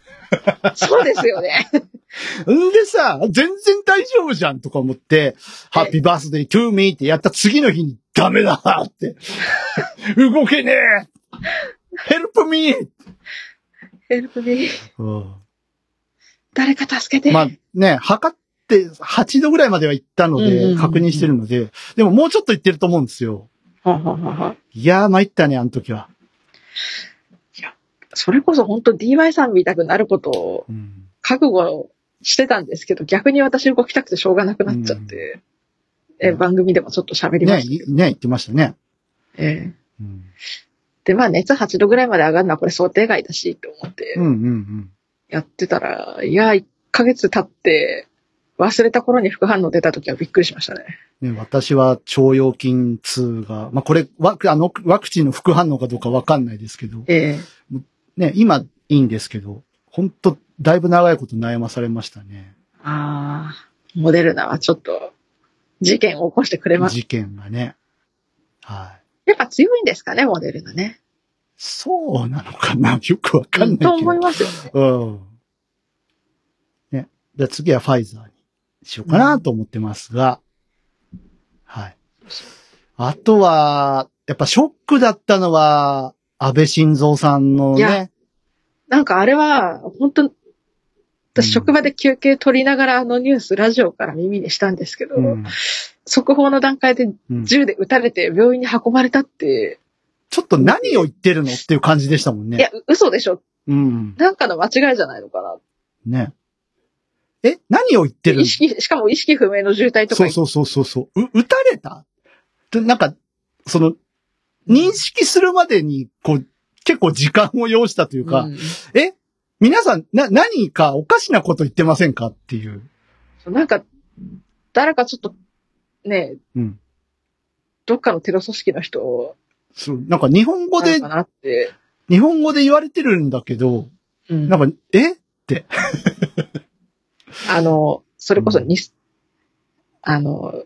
Speaker 3: そうです よね。
Speaker 2: んでさ、全然大丈夫じゃんとか思って、ハッピーバースデートゥーミーってやった次の日にダメだ って。動けねえヘルプミー、
Speaker 3: ヘルプミー。
Speaker 2: うん
Speaker 3: 誰か助けて。
Speaker 2: まあね、測って8度ぐらいまでは行ったの
Speaker 3: うんうんうんう
Speaker 2: で、
Speaker 3: ん
Speaker 2: 確認してるので、でももうちょっと行ってると思うんですよ。
Speaker 3: ははははい
Speaker 2: やー参ったね、あの時は。
Speaker 3: それこそ本当 DY さんみたくなることを
Speaker 2: うん
Speaker 3: 覚悟してたんですけど、逆に私動きたくてしょうがなくなっちゃって、
Speaker 2: うん
Speaker 3: え番組でもちょっと喋りま
Speaker 2: ね、
Speaker 3: した
Speaker 2: い
Speaker 3: けど、
Speaker 2: ね、行ってましたね。
Speaker 3: ええ
Speaker 2: うん
Speaker 3: で、まあ熱8度ぐらいまで上がるのはこれ想定外だし、と思って。
Speaker 2: うんうんうん。
Speaker 3: やってたら、いや、1ヶ月経って、忘れた頃に副反応出た時はびっくりしましたね。
Speaker 2: ね、私は腸腰筋痛が、まあ、これ、ワク、あの、ワクチンの副反応かどうかわかんないですけど、
Speaker 3: ええ
Speaker 2: ね、今いいんですけど、ほんと、だいぶ長いこと悩まされましたね。
Speaker 3: ああ、モデルナはちょっと、事件を起こしてくれます。
Speaker 2: 事件がね。はい。
Speaker 3: やっぱ強いんですかね、モデルナね。
Speaker 2: そうなのかな よくわかんないけ
Speaker 3: と
Speaker 2: ど。
Speaker 3: 思いますよね。
Speaker 2: うん。ね。じゃあ次はファイザーにしようかなと思ってますが、はい。あとは、やっぱショックだったのは、安倍晋三さんの
Speaker 3: いや
Speaker 2: ね、
Speaker 3: なんかあれは、本当
Speaker 2: うん
Speaker 3: 私職場で休憩取りながらあのニュース、ラジオから耳にしたんですけど、
Speaker 2: うん
Speaker 3: 速報の段階で
Speaker 2: うん
Speaker 3: 銃で撃たれて病院に運ばれたって、
Speaker 2: ちょっと何を言ってるのっていう感じでしたもんね。
Speaker 3: いや、嘘でしょ。
Speaker 2: うん。
Speaker 3: なんかの間違いじゃないのかな。
Speaker 2: ね。え、何を言ってるの
Speaker 3: 意識、しかも意識不明の渋滞とか
Speaker 2: そうそうそうそうそう。う、撃たれたでなんか、その、認識するまでに、こう、結構時間を要したというか、
Speaker 3: うん
Speaker 2: え皆さん、な、何かおかしなこと言ってませんかっていう。
Speaker 3: なんか、誰かちょっと、ね、
Speaker 2: うん。
Speaker 3: どっかのテロ組織の人
Speaker 2: そう、なんか日本語
Speaker 3: な
Speaker 2: で
Speaker 3: のか、なって、
Speaker 2: 日本語で言われてるんだけど、
Speaker 3: うん
Speaker 2: なんか、え
Speaker 3: あの、それこそに、あの、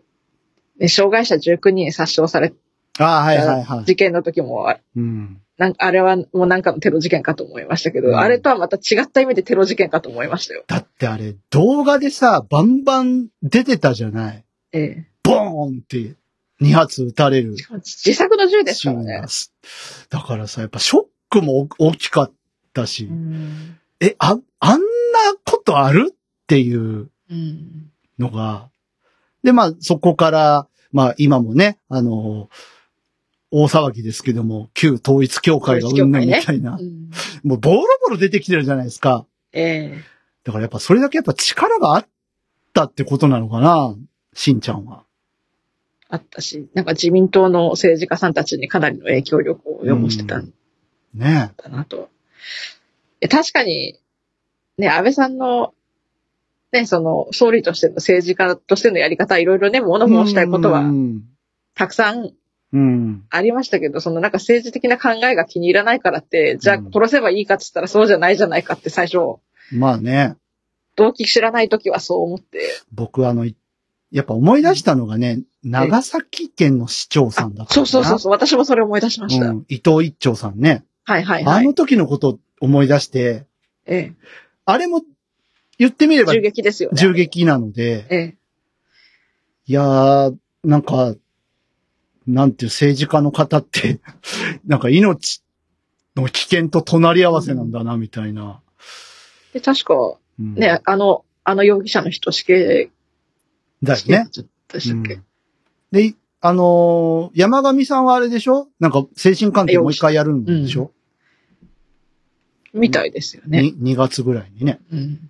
Speaker 3: ね、障害者19人殺傷され
Speaker 2: ああ、はいはいは
Speaker 3: た
Speaker 2: い。
Speaker 3: 事件の時も、あ
Speaker 2: うん。
Speaker 3: なんあれはもうなんかのテロ事件かと思いましたけど、
Speaker 2: うん
Speaker 3: あれとはまた違った意味でテロ事件かと思いましたよ。
Speaker 2: だってあれ、動画でさ、バンバン出てたじゃない。
Speaker 3: え
Speaker 2: ボーンって、2発撃たれる
Speaker 3: え。。自作の銃です
Speaker 2: シ
Speaker 3: か
Speaker 2: ー
Speaker 3: ら
Speaker 2: ン
Speaker 3: ね
Speaker 2: が。すだからさ、やっぱショックも大大きかったし
Speaker 3: う、ん。
Speaker 2: え、あ、あんなことあるっていう
Speaker 3: うん。
Speaker 2: のが、で、まあ、そこから、まあ、今もね、あの、大騒ぎですけども、旧統一教会が
Speaker 3: 統一教
Speaker 2: うんぬ
Speaker 3: 会
Speaker 2: んみ
Speaker 3: ね
Speaker 2: たいな、
Speaker 3: うん
Speaker 2: もうボロボロ出てきてるじゃないですか。
Speaker 3: ええ
Speaker 2: だからやっぱそれだけやっぱ力があったってことなのかな、しんちゃんは。
Speaker 3: あったし、なんか自民党の政治家さんたちにかなりの影響力を及ぼしてたん
Speaker 2: ね
Speaker 3: だなと。え確かに、ね、安倍さんの、ね、その、総理としての政治家としてのやり方、いろいろね、物申したいこと
Speaker 2: う
Speaker 3: は、
Speaker 2: ん。
Speaker 3: たくさん
Speaker 2: うん。
Speaker 3: ありましたけど、そのなんか政治的な考えが気に入らないからって、じゃあ
Speaker 2: うん
Speaker 3: 殺せばいいかって言ったらそうじゃないじゃないかって最初、
Speaker 2: まあね。
Speaker 3: 動機知らない時はそう思って。
Speaker 2: 僕あの、いやっぱ思い出したのがね、長崎県の市長さんだから
Speaker 3: そう
Speaker 2: な。
Speaker 3: そうそうそう。私もそれ思い出しました。
Speaker 2: うん、伊藤一長さんね。
Speaker 3: はいはい
Speaker 2: あ
Speaker 3: はい。
Speaker 2: の時のことを思い出して、
Speaker 3: え
Speaker 2: あれも言ってみれ
Speaker 3: え。
Speaker 2: ば
Speaker 3: 銃撃ですよね。
Speaker 2: 銃。撃なので、
Speaker 3: ええ。
Speaker 2: いやー、なんか、なんていう政治家の方って、 なんか命の危険と隣り合わせなんだな、みたいな。
Speaker 3: で、確か、
Speaker 2: うん、
Speaker 3: ね、あの、あの容疑者の人死刑、
Speaker 2: だよ
Speaker 3: 死刑
Speaker 2: ね
Speaker 3: だ。ったでしたっけ、
Speaker 2: うんで、いあのー山上さんはあれでしょなんか精神鑑定もう一回やるんでしょ、
Speaker 3: みたいですよね。
Speaker 2: に ?2 月ぐらいにね。
Speaker 3: うん。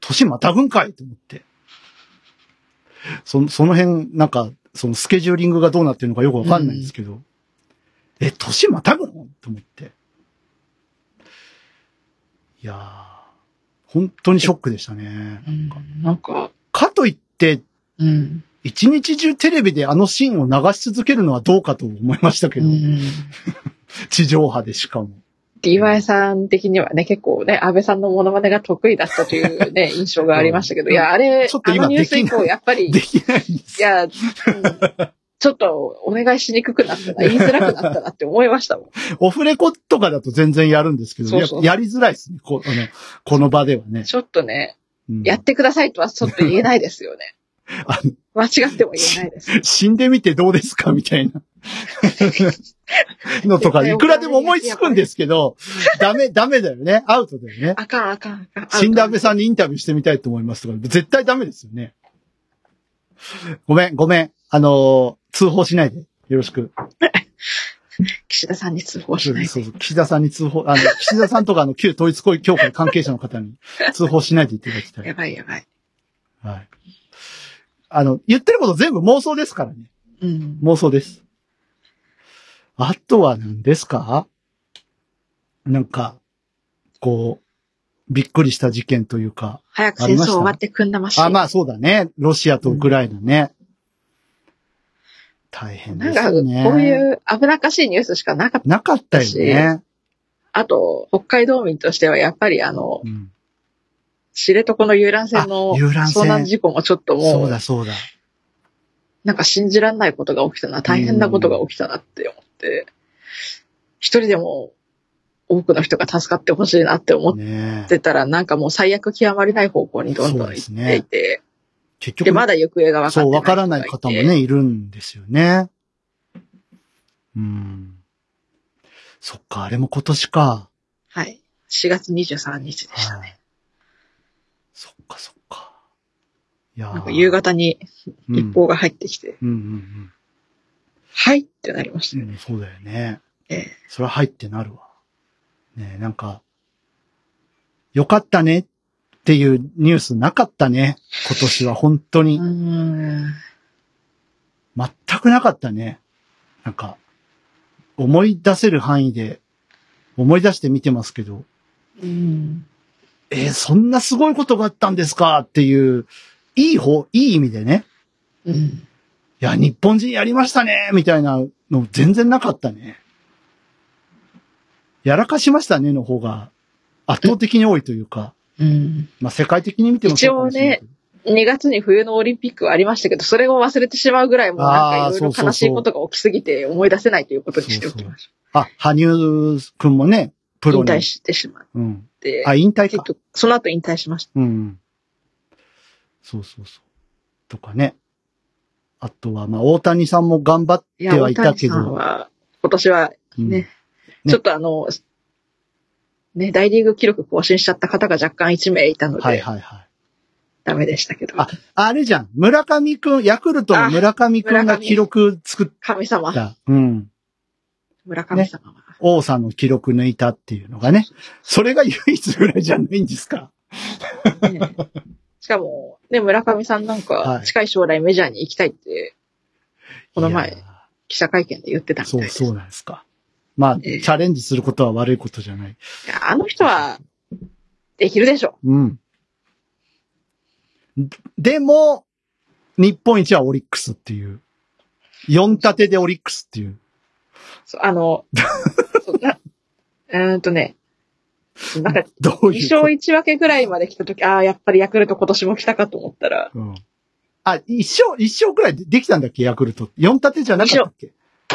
Speaker 2: 年またぐんかいと思って。そその辺、なんか、そのスケジューリングがどうなってるのかよくわかんないんですけど、え、年またぐのと思って。いやー、本当にショックでしたね。
Speaker 3: うんなんか、
Speaker 2: かといって、
Speaker 3: うん。
Speaker 2: 一日中テレビであのシーンを流し続けるのはどうかと思いましたけ
Speaker 3: う
Speaker 2: ど、
Speaker 3: ん、
Speaker 2: 地上波でしかも。
Speaker 3: DY さん的にはね、結構ね、安倍さんのモノマネが得意だったというね、 印象がありましたけど、いや、あれ、
Speaker 2: ちょっと
Speaker 3: あ
Speaker 2: 今
Speaker 3: のニュース以降、やっぱり、
Speaker 2: できないんです
Speaker 3: いや、うんちょっとお願いしにくくなったな、言いづらくなったなって思いましたもん。
Speaker 2: オフレコとかだと全然やるんですけど、
Speaker 3: そうそう
Speaker 2: やっぱやりづらいですね。こあのこの場ではね。
Speaker 3: ちょっとね、
Speaker 2: うん
Speaker 3: やってくださいとはちょっと言えないですよね
Speaker 2: あ。
Speaker 3: 間違っても言えないです。
Speaker 2: 死んでみてどうですかみたい なのとか、いくらでも思いつくんですけど、ダメ、ダメだよね。アウトだよね。
Speaker 3: あかん、あかん、あかん。
Speaker 2: 死んだ安倍さ
Speaker 3: ん。
Speaker 2: んにインタビューしてみたいと思いますとか、絶対ダメですよね。ごめん、ごめん。あのー通報しないで。よろしく。
Speaker 3: 岸田さんに通報し
Speaker 2: そう
Speaker 3: ない。
Speaker 2: そう、岸田さんに通報、あの、岸田さんとかあの、旧統一教会関係者の方に通報しないでいただきたい
Speaker 3: や。ばい、やばい。
Speaker 2: はい。あの、言ってること全部妄想ですからね。
Speaker 3: うん。
Speaker 2: 妄想です。あとは何ですかなんか、こう、びっくりした事件というか。
Speaker 3: 早く戦争終わってくんなましい。
Speaker 2: あ、まあそうだね。ロシアとウクライナね。大変
Speaker 3: な
Speaker 2: で
Speaker 3: ん
Speaker 2: す
Speaker 3: か、こ
Speaker 2: よ
Speaker 3: う
Speaker 2: ね。
Speaker 3: いう危なっかしいニュースしかなかった。
Speaker 2: なかったよね。
Speaker 3: あと、北海道民としてはやっぱりあの
Speaker 2: う、ん、
Speaker 3: 知床の遊覧船の
Speaker 2: あ遊覧船
Speaker 3: 遭難事故もちょっと
Speaker 2: そ
Speaker 3: も
Speaker 2: う
Speaker 3: う
Speaker 2: だ、そうだ。
Speaker 3: なんか信じられないことが起きたな、大変なことが起きたなって思って、一人でも多くの人が助かってほしいなって思っ
Speaker 2: ねえ
Speaker 3: てたら、なんかもう最悪極まりない方向にどんどん行っていて、
Speaker 2: 結
Speaker 3: で
Speaker 2: 局、
Speaker 3: まだ行方が分かってない。
Speaker 2: そう、わからない方も。ね、いるんですよね。うん。そっか、あれも今年か。
Speaker 3: はい。4月23日でした
Speaker 2: は
Speaker 3: ね。
Speaker 2: い。そっか、そっか。いやー
Speaker 3: なんか夕方に一報が入ってきて、
Speaker 2: うんうん
Speaker 3: はいってなりまし
Speaker 2: う
Speaker 3: た
Speaker 2: ん
Speaker 3: ね。
Speaker 2: うん。そうだよね。
Speaker 3: ええ
Speaker 2: それは入ってなるわ。ねえなんか、よかったねっていうニュースなかったね。今年は本当
Speaker 3: う
Speaker 2: に。
Speaker 3: ーん。
Speaker 2: 全くなかったね。なんか、思い出せる範囲で、思い出して見てますけど、
Speaker 3: うん。
Speaker 2: えーそんなすごいことがあったんですかっていう、いい方、いい意味でね。
Speaker 3: うん。
Speaker 2: いや、日本人やりましたねみたいなの全然なかったね。やらかしましたねの方が圧倒的に多いというか、
Speaker 3: うん。
Speaker 2: まあ世界的に見てもそうかもしれないけど。
Speaker 3: 2月に冬のオリンピックはありましたけど、それを忘れてしまうぐらいもうなんかいろいろ悲しいことが起きすぎて思い出せないということにしておきまし
Speaker 2: あ、羽生くんもね、プ
Speaker 3: ょう。
Speaker 2: ロ
Speaker 3: 引退
Speaker 2: に。
Speaker 3: してしまっ
Speaker 2: うん。
Speaker 3: て、
Speaker 2: あ、引退
Speaker 3: 結
Speaker 2: か。
Speaker 3: 局その後引退しました。
Speaker 2: うん。そうそうそう。とかね。あとは、まあ、大谷さんも頑張っ
Speaker 3: い
Speaker 2: て
Speaker 3: や、
Speaker 2: は
Speaker 3: 大
Speaker 2: いた
Speaker 3: 谷
Speaker 2: け
Speaker 3: さん
Speaker 2: ど。
Speaker 3: は今年は
Speaker 2: うん
Speaker 3: ね、ちょっとあの、ね、大リーグ記録更新しちゃった方が若干1名いたの
Speaker 2: はい
Speaker 3: で、
Speaker 2: はいはい。
Speaker 3: ダメでしたけど、
Speaker 2: ああれじゃん。村上くん、ヤクルトの村上くんが記録作っ
Speaker 3: 神様、
Speaker 2: た。うん。
Speaker 3: 村上様は。
Speaker 2: 王さんの記録抜いたっていうのがね。それが唯一ぐらいじゃないんですか。
Speaker 3: ねしかも、ね、村上さんなん
Speaker 2: は
Speaker 3: か
Speaker 2: い、
Speaker 3: 近い将来メジャーに行きたいって、この
Speaker 2: いや
Speaker 3: 前、記者会見で言ってた
Speaker 2: ー。
Speaker 3: みたい
Speaker 2: そう
Speaker 3: です。
Speaker 2: そうなんですか。まあ、チ
Speaker 3: ええ
Speaker 2: ャレンジすることは悪いことじゃない。
Speaker 3: いやあの人は、できるでしょ。
Speaker 2: うん。でも、日本一はオリックスっていう。4立てでオリックスっていう。
Speaker 3: そうあの、そうなうーんとね、なんか、
Speaker 2: どうい
Speaker 3: 2
Speaker 2: うこと
Speaker 3: 勝1分けぐらいまで来た時、ああ、やっぱりヤクルト今年も来たかと思ったら、
Speaker 2: うん。あ、一勝、一勝くらいでできたんだっけヤクルト。四立てじゃなかったっけ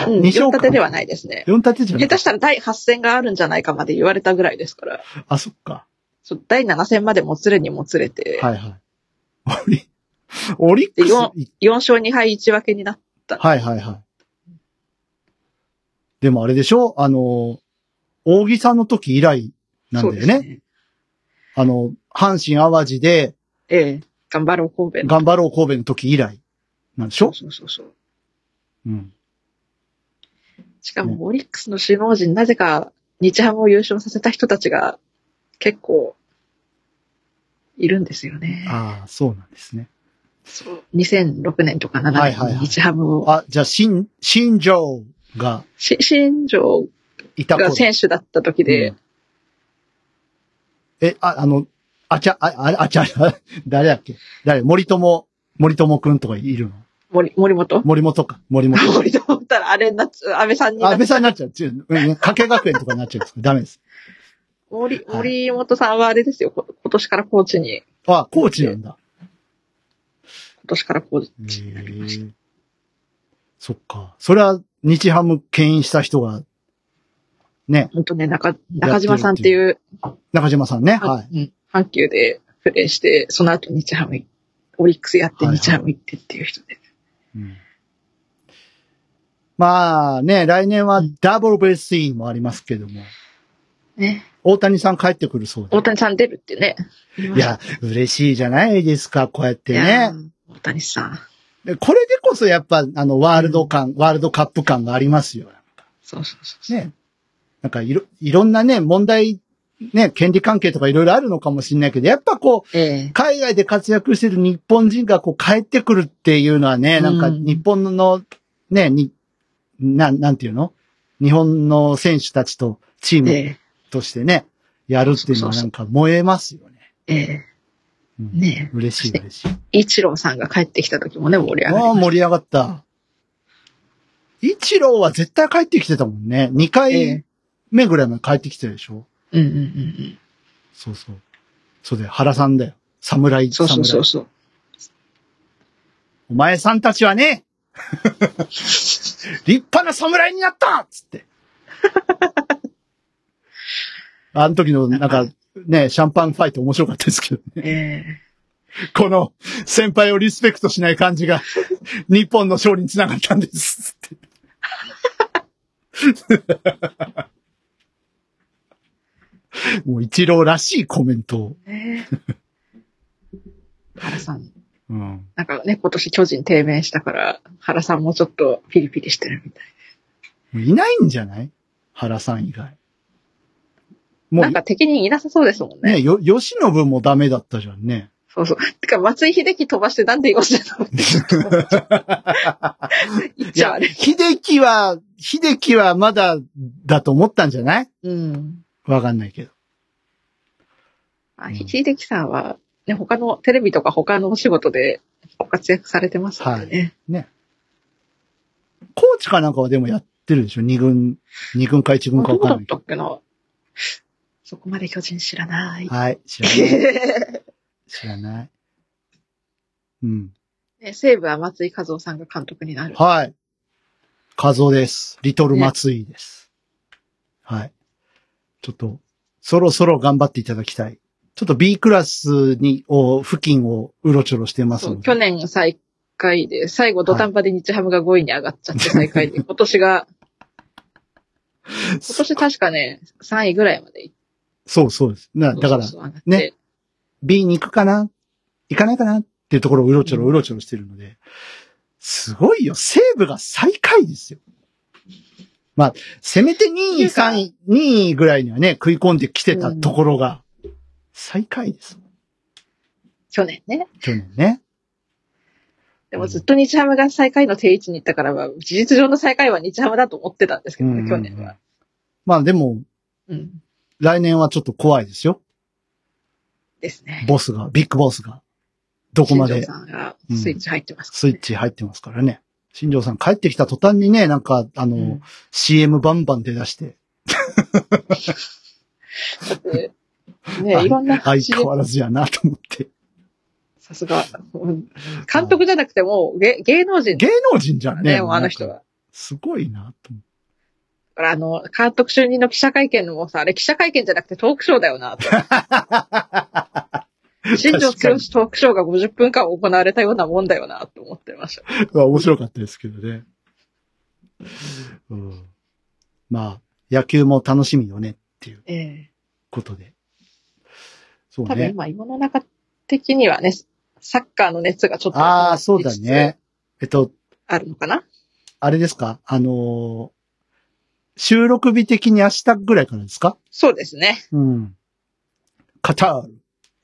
Speaker 3: うん、
Speaker 2: 二勝
Speaker 3: 4
Speaker 2: か
Speaker 3: 立てではないですね。
Speaker 2: 四立てじゃ
Speaker 3: 下
Speaker 2: なか
Speaker 3: 手
Speaker 2: っ
Speaker 3: したら第8戦があるんじゃないかまで言われたぐらいですから、
Speaker 2: た。あ、そっか。
Speaker 3: そう第7戦までもつれにもつれて、
Speaker 2: はいはい。オリ、オリックス、
Speaker 3: でよ
Speaker 2: い
Speaker 3: 4勝2敗1分けになっ
Speaker 2: はいはいはい。でもあれでしょあの、大木さんの時以来
Speaker 3: た
Speaker 2: なんだよね。
Speaker 3: ね。
Speaker 2: あの、阪神淡路で
Speaker 3: ええ。頑張ろう神戸の。
Speaker 2: 頑張ろう神戸の時以来なんでしょ
Speaker 3: そうそうそう。
Speaker 2: うん。
Speaker 3: しかも、オリックスの首脳陣、なぜか、日ハムを優勝させた人たちが、結構、いるんですよね。
Speaker 2: ああ、そうなんですね。
Speaker 3: そう。2006年とか7
Speaker 2: はいはいは
Speaker 3: 年
Speaker 2: い
Speaker 3: に日ハムを、
Speaker 2: あ、じゃあ、新、新庄が
Speaker 3: し新庄
Speaker 2: いた頃
Speaker 3: が選手だった時で、
Speaker 2: うんえ、あ、あの、あちゃ、あ、ああちゃ、 誰だっけ誰森友、森友くんとかいるの
Speaker 3: 森森本
Speaker 2: 森本か、森 本。
Speaker 3: 森と思ったら、あれになっちゃう、安倍さんになっちゃ
Speaker 2: 安
Speaker 3: う
Speaker 2: 倍さんになっちゃう。ちゅううんね、加計学園とかになっちゃうんですダメです。
Speaker 3: 森、森本さんはあれですよ、こ今年からコーチに、今
Speaker 2: あ、コーチなんだ。
Speaker 3: 年からコーチになりました。
Speaker 2: へえそっか。それは、日ハム牽引した人が、ね、
Speaker 3: 本当ね、中、中島さんっていう、
Speaker 2: 中島さんね。は。
Speaker 3: はいい。阪急でプレーして、その後日ハム、オリックスやって
Speaker 2: はいはい
Speaker 3: 日ハム行ってっていう人で。
Speaker 2: うんまあね、来年は WBC もありますけども、
Speaker 3: ね。
Speaker 2: 大谷さん帰ってくるそうで
Speaker 3: 大。谷さん出るってね。
Speaker 2: いや、嬉しいじゃないですか、こうやって
Speaker 3: いや
Speaker 2: ね。
Speaker 3: ー、大谷さん。
Speaker 2: でこれでこそやっぱ、あの、ワールド感、ワールドカップ感がありますよ。
Speaker 3: そうそうそう。
Speaker 2: ね。なんか、いろ、いろんなね、問題、ね、権利関係とかいろいろあるのかもしれないけど、やっぱこう、
Speaker 3: ええ
Speaker 2: 海外で活躍してる日本人がこう帰ってくるっていうのはね、なんか
Speaker 3: うん
Speaker 2: 日本の、ね、に、なん、なんていうの日本の選手たちとチー
Speaker 3: え
Speaker 2: ム
Speaker 3: え
Speaker 2: としてね、やるっていうのはなんか燃えますよね。
Speaker 3: ええ
Speaker 2: うん
Speaker 3: ね
Speaker 2: 嬉しい嬉しい。
Speaker 3: え。一郎さんが帰ってきた時もね、盛り上がり
Speaker 2: ああ、
Speaker 3: ました
Speaker 2: 盛り上がった。一郎は絶対帰ってきてたもんね。2
Speaker 3: え
Speaker 2: 回
Speaker 3: え
Speaker 2: 目ぐらいまで帰ってきてるでしょ。
Speaker 3: うんうんうんうん。
Speaker 2: そうそう。そうだよ。原さんだよ。侍、
Speaker 3: そうそうそ
Speaker 2: 侍。
Speaker 3: うそう。
Speaker 2: お前さんたちは ね、立派な侍になったっつって。あの時の、なんか、ね、シャンパンファイト面白かったですけどね。
Speaker 3: え
Speaker 2: この、先輩をリスペクトしない感じが、日本の勝利につながったんです。つって。もう一郎らしいコメントを。
Speaker 3: えねえ原さん。
Speaker 2: うん。
Speaker 3: なんかね、今年巨人低迷したから、原さんもちょっとピリピリしてるみたい。
Speaker 2: もういないんじゃない原さん以外。も
Speaker 3: な、
Speaker 2: うん
Speaker 3: か敵にいなさそうですもんね。
Speaker 2: ね、よ、吉信もダメだったじゃんね。
Speaker 3: そうそう。てか、松井秀喜飛ばしてなんで言わせたのってちょっと思っちゃう。言っちゃあれ。
Speaker 2: 秀樹は、秀樹はまだだと思ったんじゃない
Speaker 3: うん。
Speaker 2: わかんないけど。
Speaker 3: あひ秀樹さんは、ね、他の、テレビとか他のお仕事でご活躍されてますからね。
Speaker 2: コーチかなんかはでもやってるでしょ二軍、二軍か一軍かわ
Speaker 3: どう
Speaker 2: かん
Speaker 3: だ
Speaker 2: な
Speaker 3: っ
Speaker 2: いけ
Speaker 3: た
Speaker 2: ど。
Speaker 3: っけな。そこまで巨人知ら ない。
Speaker 2: はい、知らない。
Speaker 3: ね、
Speaker 2: 知らない。うん。
Speaker 3: 西武は松井和夫さんが監督になる。
Speaker 2: はい。和夫です。リトル松井です。はい。ちょっと、そろそろ頑張っていただきたい。ちょっと B クラスに、を、付近をうろちょろしてます
Speaker 3: そ
Speaker 2: の
Speaker 3: う
Speaker 2: で。
Speaker 3: 去年最下位で、最後土壇場で日ハムが5位に上がっちゃって最下位で、今 年が、今年確かね、3位ぐらいまで行っ
Speaker 2: そうそうです。な、だから、
Speaker 3: そうそうそう上がって
Speaker 2: ね B に行くかな行かないかなっていうところをうろちょろうろちょろしてるので、すごいよ。西武が最下位ですよ。まあ、せめて2位、3位、2位ぐらいにはね、食い込んできてたところが、最下位です。
Speaker 3: 去年ね。
Speaker 2: 去年ね。
Speaker 3: でもずっと日ハムが最下位の定位置に行ったからは、事実上の最下位は日ハムだと思ってたんですけどね、去年は。。
Speaker 2: まあでも、
Speaker 3: うん。
Speaker 2: 来年はちょっと怖いですよ。
Speaker 3: ですね。
Speaker 2: ボスが、ビッグボスが。どこま
Speaker 3: 新
Speaker 2: で
Speaker 3: 庄さんがスイッチ入ってますか
Speaker 2: スイ
Speaker 3: ら
Speaker 2: ッ
Speaker 3: ね、
Speaker 2: チ入ってますからね。新庄さん帰ってきた途端にね、なんか、あの、
Speaker 3: うん
Speaker 2: CM バンバン出だして。
Speaker 3: だって、ね、いろんな
Speaker 2: 相変わらずやなと思 って。
Speaker 3: さすが。うん監督じゃなくてもう芸芸能人だ
Speaker 2: 芸能人じゃ
Speaker 3: か
Speaker 2: ん
Speaker 3: ら
Speaker 2: ね。
Speaker 3: ね、もうあの人は。。
Speaker 2: すごいなと思って。
Speaker 3: だからあの、監督就任の記者会見のもさ、あれ記者会見じゃなくてトークショーだ よな、と。新庄
Speaker 2: 確か
Speaker 3: 剛
Speaker 2: に
Speaker 3: 志トークショーが50分間行われたようなもんだよな、と思ってました。
Speaker 2: まあ面白かったですけどね。うん、まあ、野球も楽しみよねっていう
Speaker 3: ええ
Speaker 2: ことで。そう
Speaker 3: 多分
Speaker 2: ね。
Speaker 3: 今、世の中的にはね、サッカーの熱がちょっと。
Speaker 2: ああ、そうだ。ね。えっと、
Speaker 3: あるのかな
Speaker 2: あれですかあのー収録日的に明日ぐらいからですか
Speaker 3: そうですね。
Speaker 2: うん。カタール。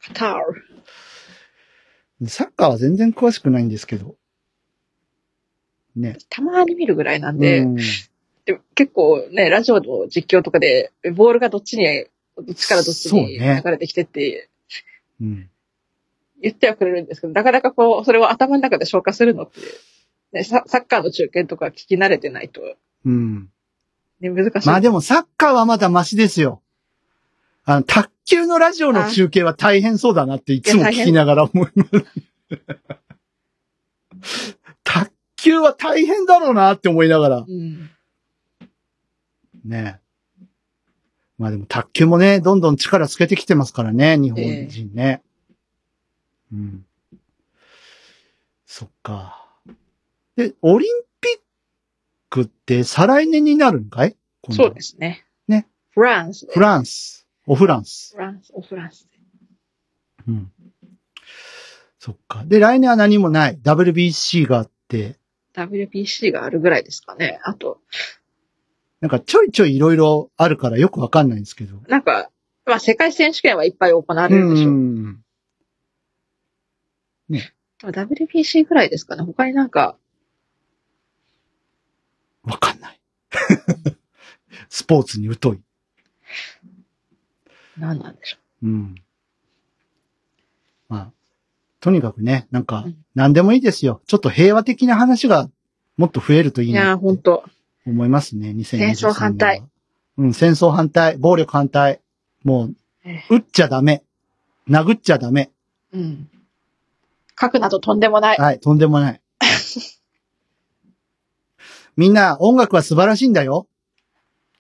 Speaker 3: カタール。
Speaker 2: サッカーは全然詳しくないんですけど。ね。
Speaker 3: たまに見るぐらいなんで、
Speaker 2: うん
Speaker 3: で結構ね、ラジオの実況とかで、ボールがどっちに、どっちからどっち
Speaker 2: そう
Speaker 3: に
Speaker 2: ね
Speaker 3: 流れてきてって
Speaker 2: うん。
Speaker 3: 言ってはくれるんですけど、なかなかこう、それを頭の中で消化するのって、ね、ササッカーの中継とか聞き慣れてないと、
Speaker 2: うん。
Speaker 3: ね、難しい。
Speaker 2: まあでもサッカーはまだマシですよ。あの、卓球のラジオの中継は大変そうだなっていつも聞きながら思います。 卓球は大変だろうなって思いながら。
Speaker 3: うん。
Speaker 2: ねまあでも卓球もね、どんどん力つけてきてますからね、日本人ね。うん。そっか。で、オリンピックって再来年になるんかい今度
Speaker 3: そうですね。
Speaker 2: ね。
Speaker 3: フランスで。
Speaker 2: フランス。オフランス
Speaker 3: フ。ランス、おフランスで。
Speaker 2: うん。そっか。で、来年は何もない。WBC があって、
Speaker 3: WBC があるぐらいですかね。あと、
Speaker 2: なんかちょいちょいいろいろあるからよくわかんないんですけど。
Speaker 3: なんか、まあ世界選手権はいっぱい行わ
Speaker 2: う
Speaker 3: れるでしょう。
Speaker 2: ん。
Speaker 3: でも WBC ぐらいですかね。他になんか、
Speaker 2: わかんない。 スポーツに疎い。
Speaker 3: 何なんでしょ
Speaker 2: うん。まあ、とにかくね、なんか
Speaker 3: うん、
Speaker 2: 何でもいいですよ。ちょっと平和的な話がもっと増えると
Speaker 3: う。
Speaker 2: い
Speaker 3: い
Speaker 2: い
Speaker 3: や
Speaker 2: な
Speaker 3: ー、
Speaker 2: っ
Speaker 3: ほん
Speaker 2: て
Speaker 3: と。
Speaker 2: 思いますね、2023年は。
Speaker 3: 戦争反対。
Speaker 2: うん、戦争反対、暴力反対。も
Speaker 3: え
Speaker 2: う、撃っちゃダメ。殴っちゃダメ。
Speaker 3: うん。核などとんでもない。
Speaker 2: はい、とんでも ない。みんな、音楽は素晴らしいんだよ。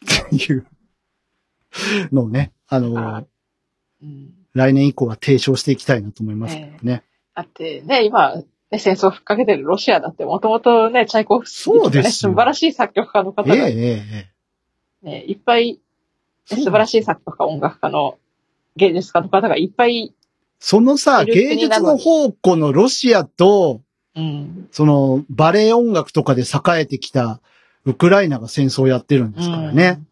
Speaker 2: っていうのをね、あの
Speaker 3: あ、うん。
Speaker 2: 来年以降は提唱していきたいなと思いますけどね。
Speaker 3: だってね、今、ね、戦争を吹っかけてるロシアだって、もともとね、チャイコフスキーとか
Speaker 2: そうで
Speaker 3: ね、
Speaker 2: すよ
Speaker 3: 素晴らしい作曲家の方
Speaker 2: ええ
Speaker 3: が、ね
Speaker 2: ええ
Speaker 3: いっぱい、ね
Speaker 2: ええ。
Speaker 3: 素晴らしい作曲家、音楽家の芸術家の方がいっぱい、
Speaker 2: そのさ、
Speaker 3: いる
Speaker 2: 芸
Speaker 3: 国な
Speaker 2: 術
Speaker 3: の
Speaker 2: の
Speaker 3: に
Speaker 2: 宝庫のロシアと、
Speaker 3: うん、
Speaker 2: その、バレエ音楽とかで栄えてきたウクライナが戦争やってるんですからね。
Speaker 3: うん。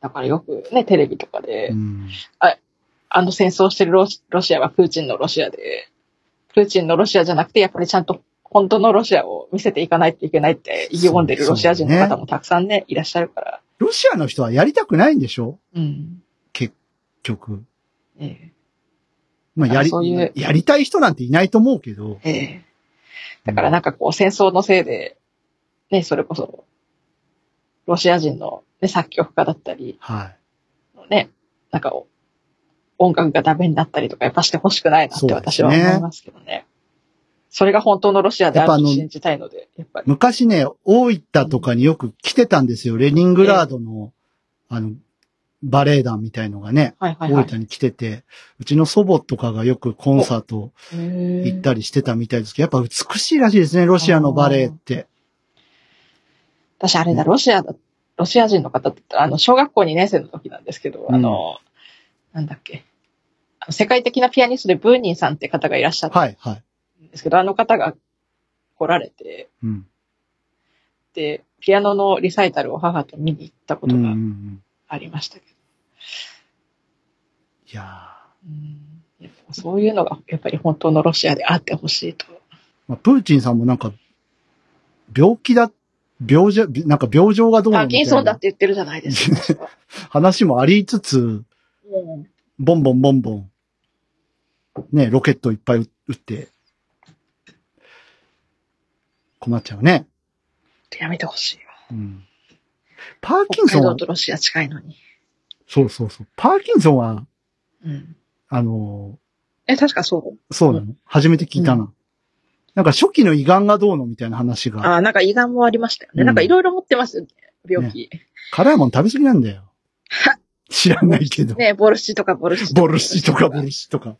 Speaker 3: だからよくね、テレビとかで、
Speaker 2: うん
Speaker 3: あの戦争してるロシロシアはプーチンのロシアで、プーチンのロシアじゃなくて、やっぱりちゃんと本当のロシアを見せていかないといけないって意気込んでるロシア人の方もたくさんね、いらっしゃるから。
Speaker 2: ロシアの人はやりたくないんでしょ
Speaker 3: うん。
Speaker 2: 曲。
Speaker 3: え
Speaker 2: まあ、やり
Speaker 3: そういう、
Speaker 2: やりたい人なんていないと思うけど。
Speaker 3: えええだからなんかこう戦争のせいで、ね、それこそ、ロシア人の、ね、作曲家だったり、
Speaker 2: はい。
Speaker 3: ね、なんかお音楽がダメになったりとかやっぱしてほしくないなって私は思いますけどね。それが本当のロシアであると信じたいので、やっぱり。
Speaker 2: 昔ね、大分とかによく来てたんですよ。レニングラードの、あの、バレエ団みたいのがね、
Speaker 3: はいはいは
Speaker 2: 大
Speaker 3: い。
Speaker 2: 分に来てて、うちの祖母とかがよくコンサート行
Speaker 3: 行
Speaker 2: ったりしてたみたいですけど、やっぱ美しいらしいですね、ロシアのバレエって。
Speaker 3: 私、あれだ、ロシアだ、ロシア人の方って言ったら、あの、小学校2年生の時なんですけど、
Speaker 2: うん
Speaker 3: あの、なんだっけ、あの世界的なピアニストでブーニンさんって方がいらっしゃる
Speaker 2: はい、はい。
Speaker 3: んですけど、あの方が来られて、
Speaker 2: うん。
Speaker 3: で、ピアノのリサイタルを母と見に行ったこ
Speaker 2: うん
Speaker 3: と
Speaker 2: うんう
Speaker 3: が
Speaker 2: ん。
Speaker 3: ありましたけど、
Speaker 2: いや
Speaker 3: うんやっぱそういうのが、やっぱり本当のロシアであってほしいと。
Speaker 2: ー、まあ、プーチンさんもなんか、病気だ、病状、なんか病状がどう
Speaker 3: パ
Speaker 2: の
Speaker 3: ー
Speaker 2: み
Speaker 3: キン
Speaker 2: た
Speaker 3: ソ
Speaker 2: い
Speaker 3: ンだっ
Speaker 2: な
Speaker 3: て言ってるじゃないですか私は。
Speaker 2: 話もありつつ、
Speaker 3: も
Speaker 2: ボンボンボンボン、ね、ロケットいっぱい撃って、困っちゃうね。
Speaker 3: うやめてほしいわ。
Speaker 2: うん。パーキン
Speaker 3: 北
Speaker 2: ソ
Speaker 3: 海
Speaker 2: ン
Speaker 3: 道
Speaker 2: は
Speaker 3: とロシア近いのに。
Speaker 2: そうそうそう。パーキンソンは、
Speaker 3: うん。
Speaker 2: あの
Speaker 3: え、確かそう。
Speaker 2: ーそうなの。初めて聞いたな。なんか初期の胃がんがどうのみたいな話が。
Speaker 3: ああ、なんか胃がんもありましたよね。
Speaker 2: うん
Speaker 3: なんかいろいろ持ってますよね。病気。
Speaker 2: 辛いもん食べ過ぎなんだ よ。知らないけど。
Speaker 3: ねボルシチとか ボルシチ
Speaker 2: ボルシチとかボルシチとか。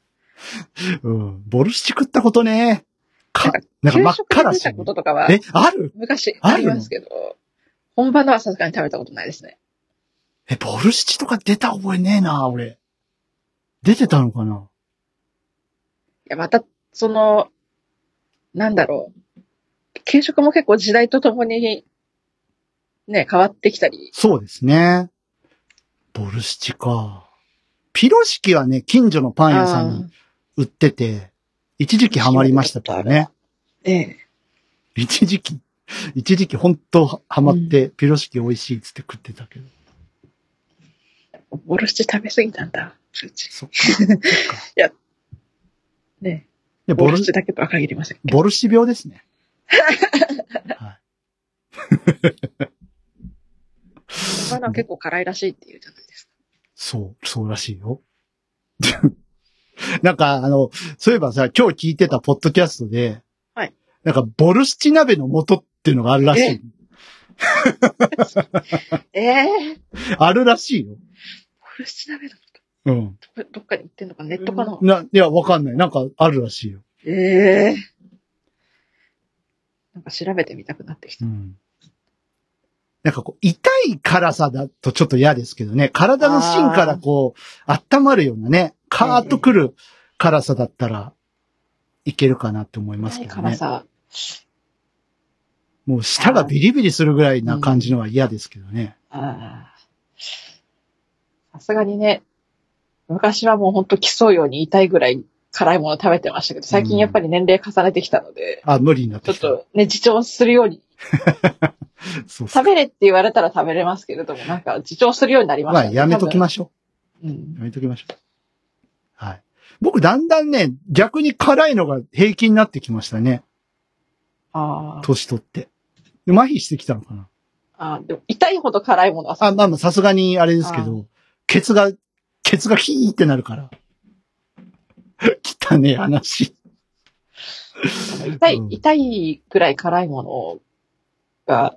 Speaker 2: うん。ボルシチ食ったことね。か、なんか真っ赤だ
Speaker 3: 給食で
Speaker 2: し
Speaker 3: 食べた。こととかは、
Speaker 2: え、ある
Speaker 3: 昔
Speaker 2: あ
Speaker 3: あ
Speaker 2: る
Speaker 3: り
Speaker 2: の
Speaker 3: ますけど、本場のはさすがに食べたことないですね。
Speaker 2: え、ボルシチとか出た覚えねえな、俺。出てたのかない
Speaker 3: や、また、その、なんだろう。給食も結構時代とともに、ね、変わってきたり。
Speaker 2: そうですね。ボルシチか。ピロシキはね、近所のパン屋さんに
Speaker 3: あ
Speaker 2: 売ってて、一時期ハマりましたけどね。
Speaker 3: ーええ。
Speaker 2: 一時期、一時期本当ハマって、ピロシキ美味しいっつって食ってたけど。
Speaker 3: ボルシチ食べ過ぎたんだ。そっち
Speaker 2: そ っか。そっか
Speaker 3: ね。
Speaker 2: でボ
Speaker 3: ボ
Speaker 2: ル
Speaker 3: ルシ
Speaker 2: シ
Speaker 3: チ、だけとは限りませんけど。
Speaker 2: ボルシ病ですね。はい
Speaker 3: 本場のは結構辛いらしいっていうじゃないですか。
Speaker 2: そう、そうらしいよ。 なんか、あの、そういえばさ、今日聞いてたポッドキャストで、
Speaker 3: はい。
Speaker 2: なんか、ボルシチ鍋の素っていうのがあるらしい。
Speaker 3: ええ
Speaker 2: あるらしいよ。
Speaker 3: ボルシチ鍋の
Speaker 2: うん。
Speaker 3: どこどっかに売ってんのかなネットかな、
Speaker 2: な、いや、わかんない。なんか、あるらしいよ。
Speaker 3: ええなんか調べてみたくなってき
Speaker 2: う
Speaker 3: た。
Speaker 2: ん。なんかこう、痛い辛さだとちょっと嫌ですけどね、体の芯からこう、温まるようなね、カーッとくる辛さだったら、いけるかなって思いますけ
Speaker 3: 辛い
Speaker 2: ど
Speaker 3: 辛
Speaker 2: ね。
Speaker 3: さ。
Speaker 2: もう舌がビリビリするぐらいな感じのは嫌ですけどね。
Speaker 3: ああさすがにね、昔はもうほんと競うように痛いぐらい辛いもの食べてましたけど、最近やっぱり年齢重ねてきたので、
Speaker 2: あ、無理になって
Speaker 3: ちょ
Speaker 2: き。
Speaker 3: ったとね、自重するように、
Speaker 2: そうそう
Speaker 3: 食べれって言われたら食べれますけれども、なんか自重するようになりまし
Speaker 2: ま
Speaker 3: た
Speaker 2: あ、やめとき
Speaker 3: ま
Speaker 2: ましょ
Speaker 3: す。うん
Speaker 2: う。やめときましょう。はい。僕、だんだんね、逆に辛いのが平気になってきましたね。
Speaker 3: あー
Speaker 2: 年取って。で麻痺してきたのかな。
Speaker 3: あー、でも痛いほど辛いものは
Speaker 2: あ、まあまあ、さすがにあれですけど、ケツが、ケツがヒーってなるから。 汚ねえ話。
Speaker 3: 痛い
Speaker 2: うん、
Speaker 3: 痛いくらい辛いものが、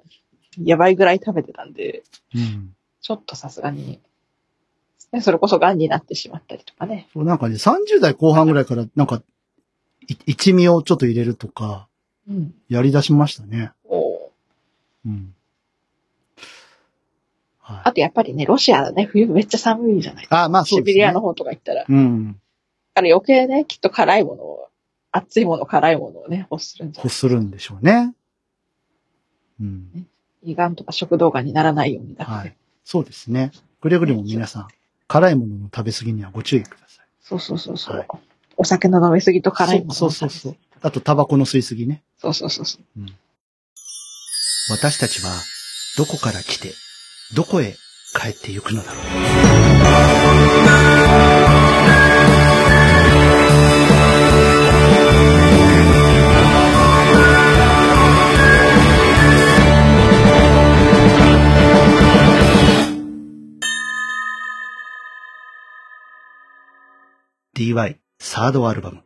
Speaker 3: やばいぐらい食べてたんで、
Speaker 2: うん。
Speaker 3: ちょっとさすがに、ね、それこそ癌になってしまったりとかね。
Speaker 2: そうなんかね、30代後半ぐらいから、なんか、い一味をちょっと入れるとか、
Speaker 3: うん。
Speaker 2: やり出しましたね。
Speaker 3: お
Speaker 2: うん。は
Speaker 3: あ
Speaker 2: い。
Speaker 3: とやっぱりね、ロシアだね、冬めっちゃ寒いじゃない
Speaker 2: あ、まあそ
Speaker 3: シ
Speaker 2: うです
Speaker 3: ベ
Speaker 2: ね。
Speaker 3: リアの方とか行ったら。だ
Speaker 2: うん。
Speaker 3: から余計ね、きっと辛いものを、熱いもの、辛いものをね、欲するんじゃな
Speaker 2: こするんでしょうね。うん。
Speaker 3: い胃がんとか食道がんにならないようにだって、
Speaker 2: はい。そうですね。くれぐれも皆さん、辛いものの食べ過ぎにはご注意ください。
Speaker 3: そうそうそうそう。
Speaker 2: はい
Speaker 3: お酒の飲みすぎと辛いものを
Speaker 2: そうそうそうそう。あと、タバコの吸い過ぎね。
Speaker 3: そうそうそうそう。
Speaker 2: 私たちは、どこから来て、どこへ帰ってゆくのだろう。DY サードアルバム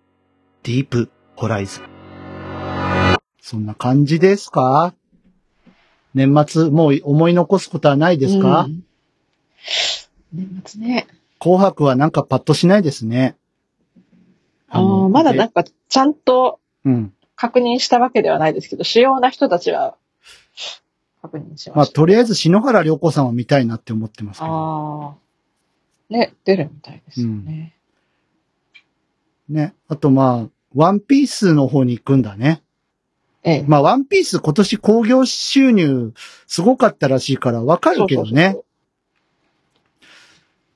Speaker 2: ディープホライズンそんな感じですか年末、もう思い残すことはないですか、
Speaker 3: うん年末ね。
Speaker 2: 紅白はなんかパッとしないですね。
Speaker 3: あーまだな
Speaker 2: だ
Speaker 3: んか、ちゃんと
Speaker 2: うん。
Speaker 3: 確認したわけではないですけど、主要な人たちは確認し
Speaker 2: ま
Speaker 3: ま
Speaker 2: あ、
Speaker 3: した。
Speaker 2: とりあえず篠原涼子さんは見たいなって思ってますけど。
Speaker 3: ああ。ね、出るみたいですよね。
Speaker 2: ね。あとまあ、ワンピースの方に行くんだね。
Speaker 3: ええ。
Speaker 2: まあ、ワンピース今年興行収入すごかったらしいからわか
Speaker 3: そ
Speaker 2: る
Speaker 3: う
Speaker 2: け
Speaker 3: そう
Speaker 2: ど
Speaker 3: そう
Speaker 2: ね。。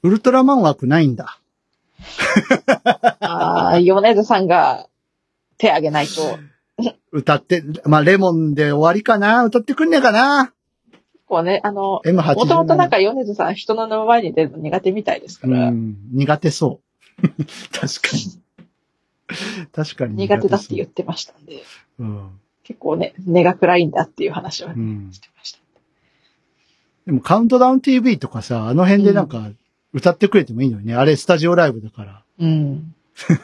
Speaker 2: ウルトラマン枠ないんだ。
Speaker 3: ああ、米津さんが手挙げないと、
Speaker 2: 歌って、まあ、レモンで終わりかな歌ってくんねえかな
Speaker 3: こうね、あの、
Speaker 2: ?M87。
Speaker 3: もともとなんか米津さん人の前に出るの苦手みたいですか
Speaker 2: う
Speaker 3: ら、
Speaker 2: ん、苦手そう。 確かに。確かに
Speaker 3: 苦手だって
Speaker 2: い
Speaker 3: 言ってましたんで、
Speaker 2: う。うん。
Speaker 3: 結構ね、根が暗いんだっていう話は
Speaker 2: うん
Speaker 3: してました。
Speaker 2: でもカウントダウン TV とかさ、あの辺でなんか、歌ってくれてもいいのにね。あれスタジオライブだから。
Speaker 3: うん。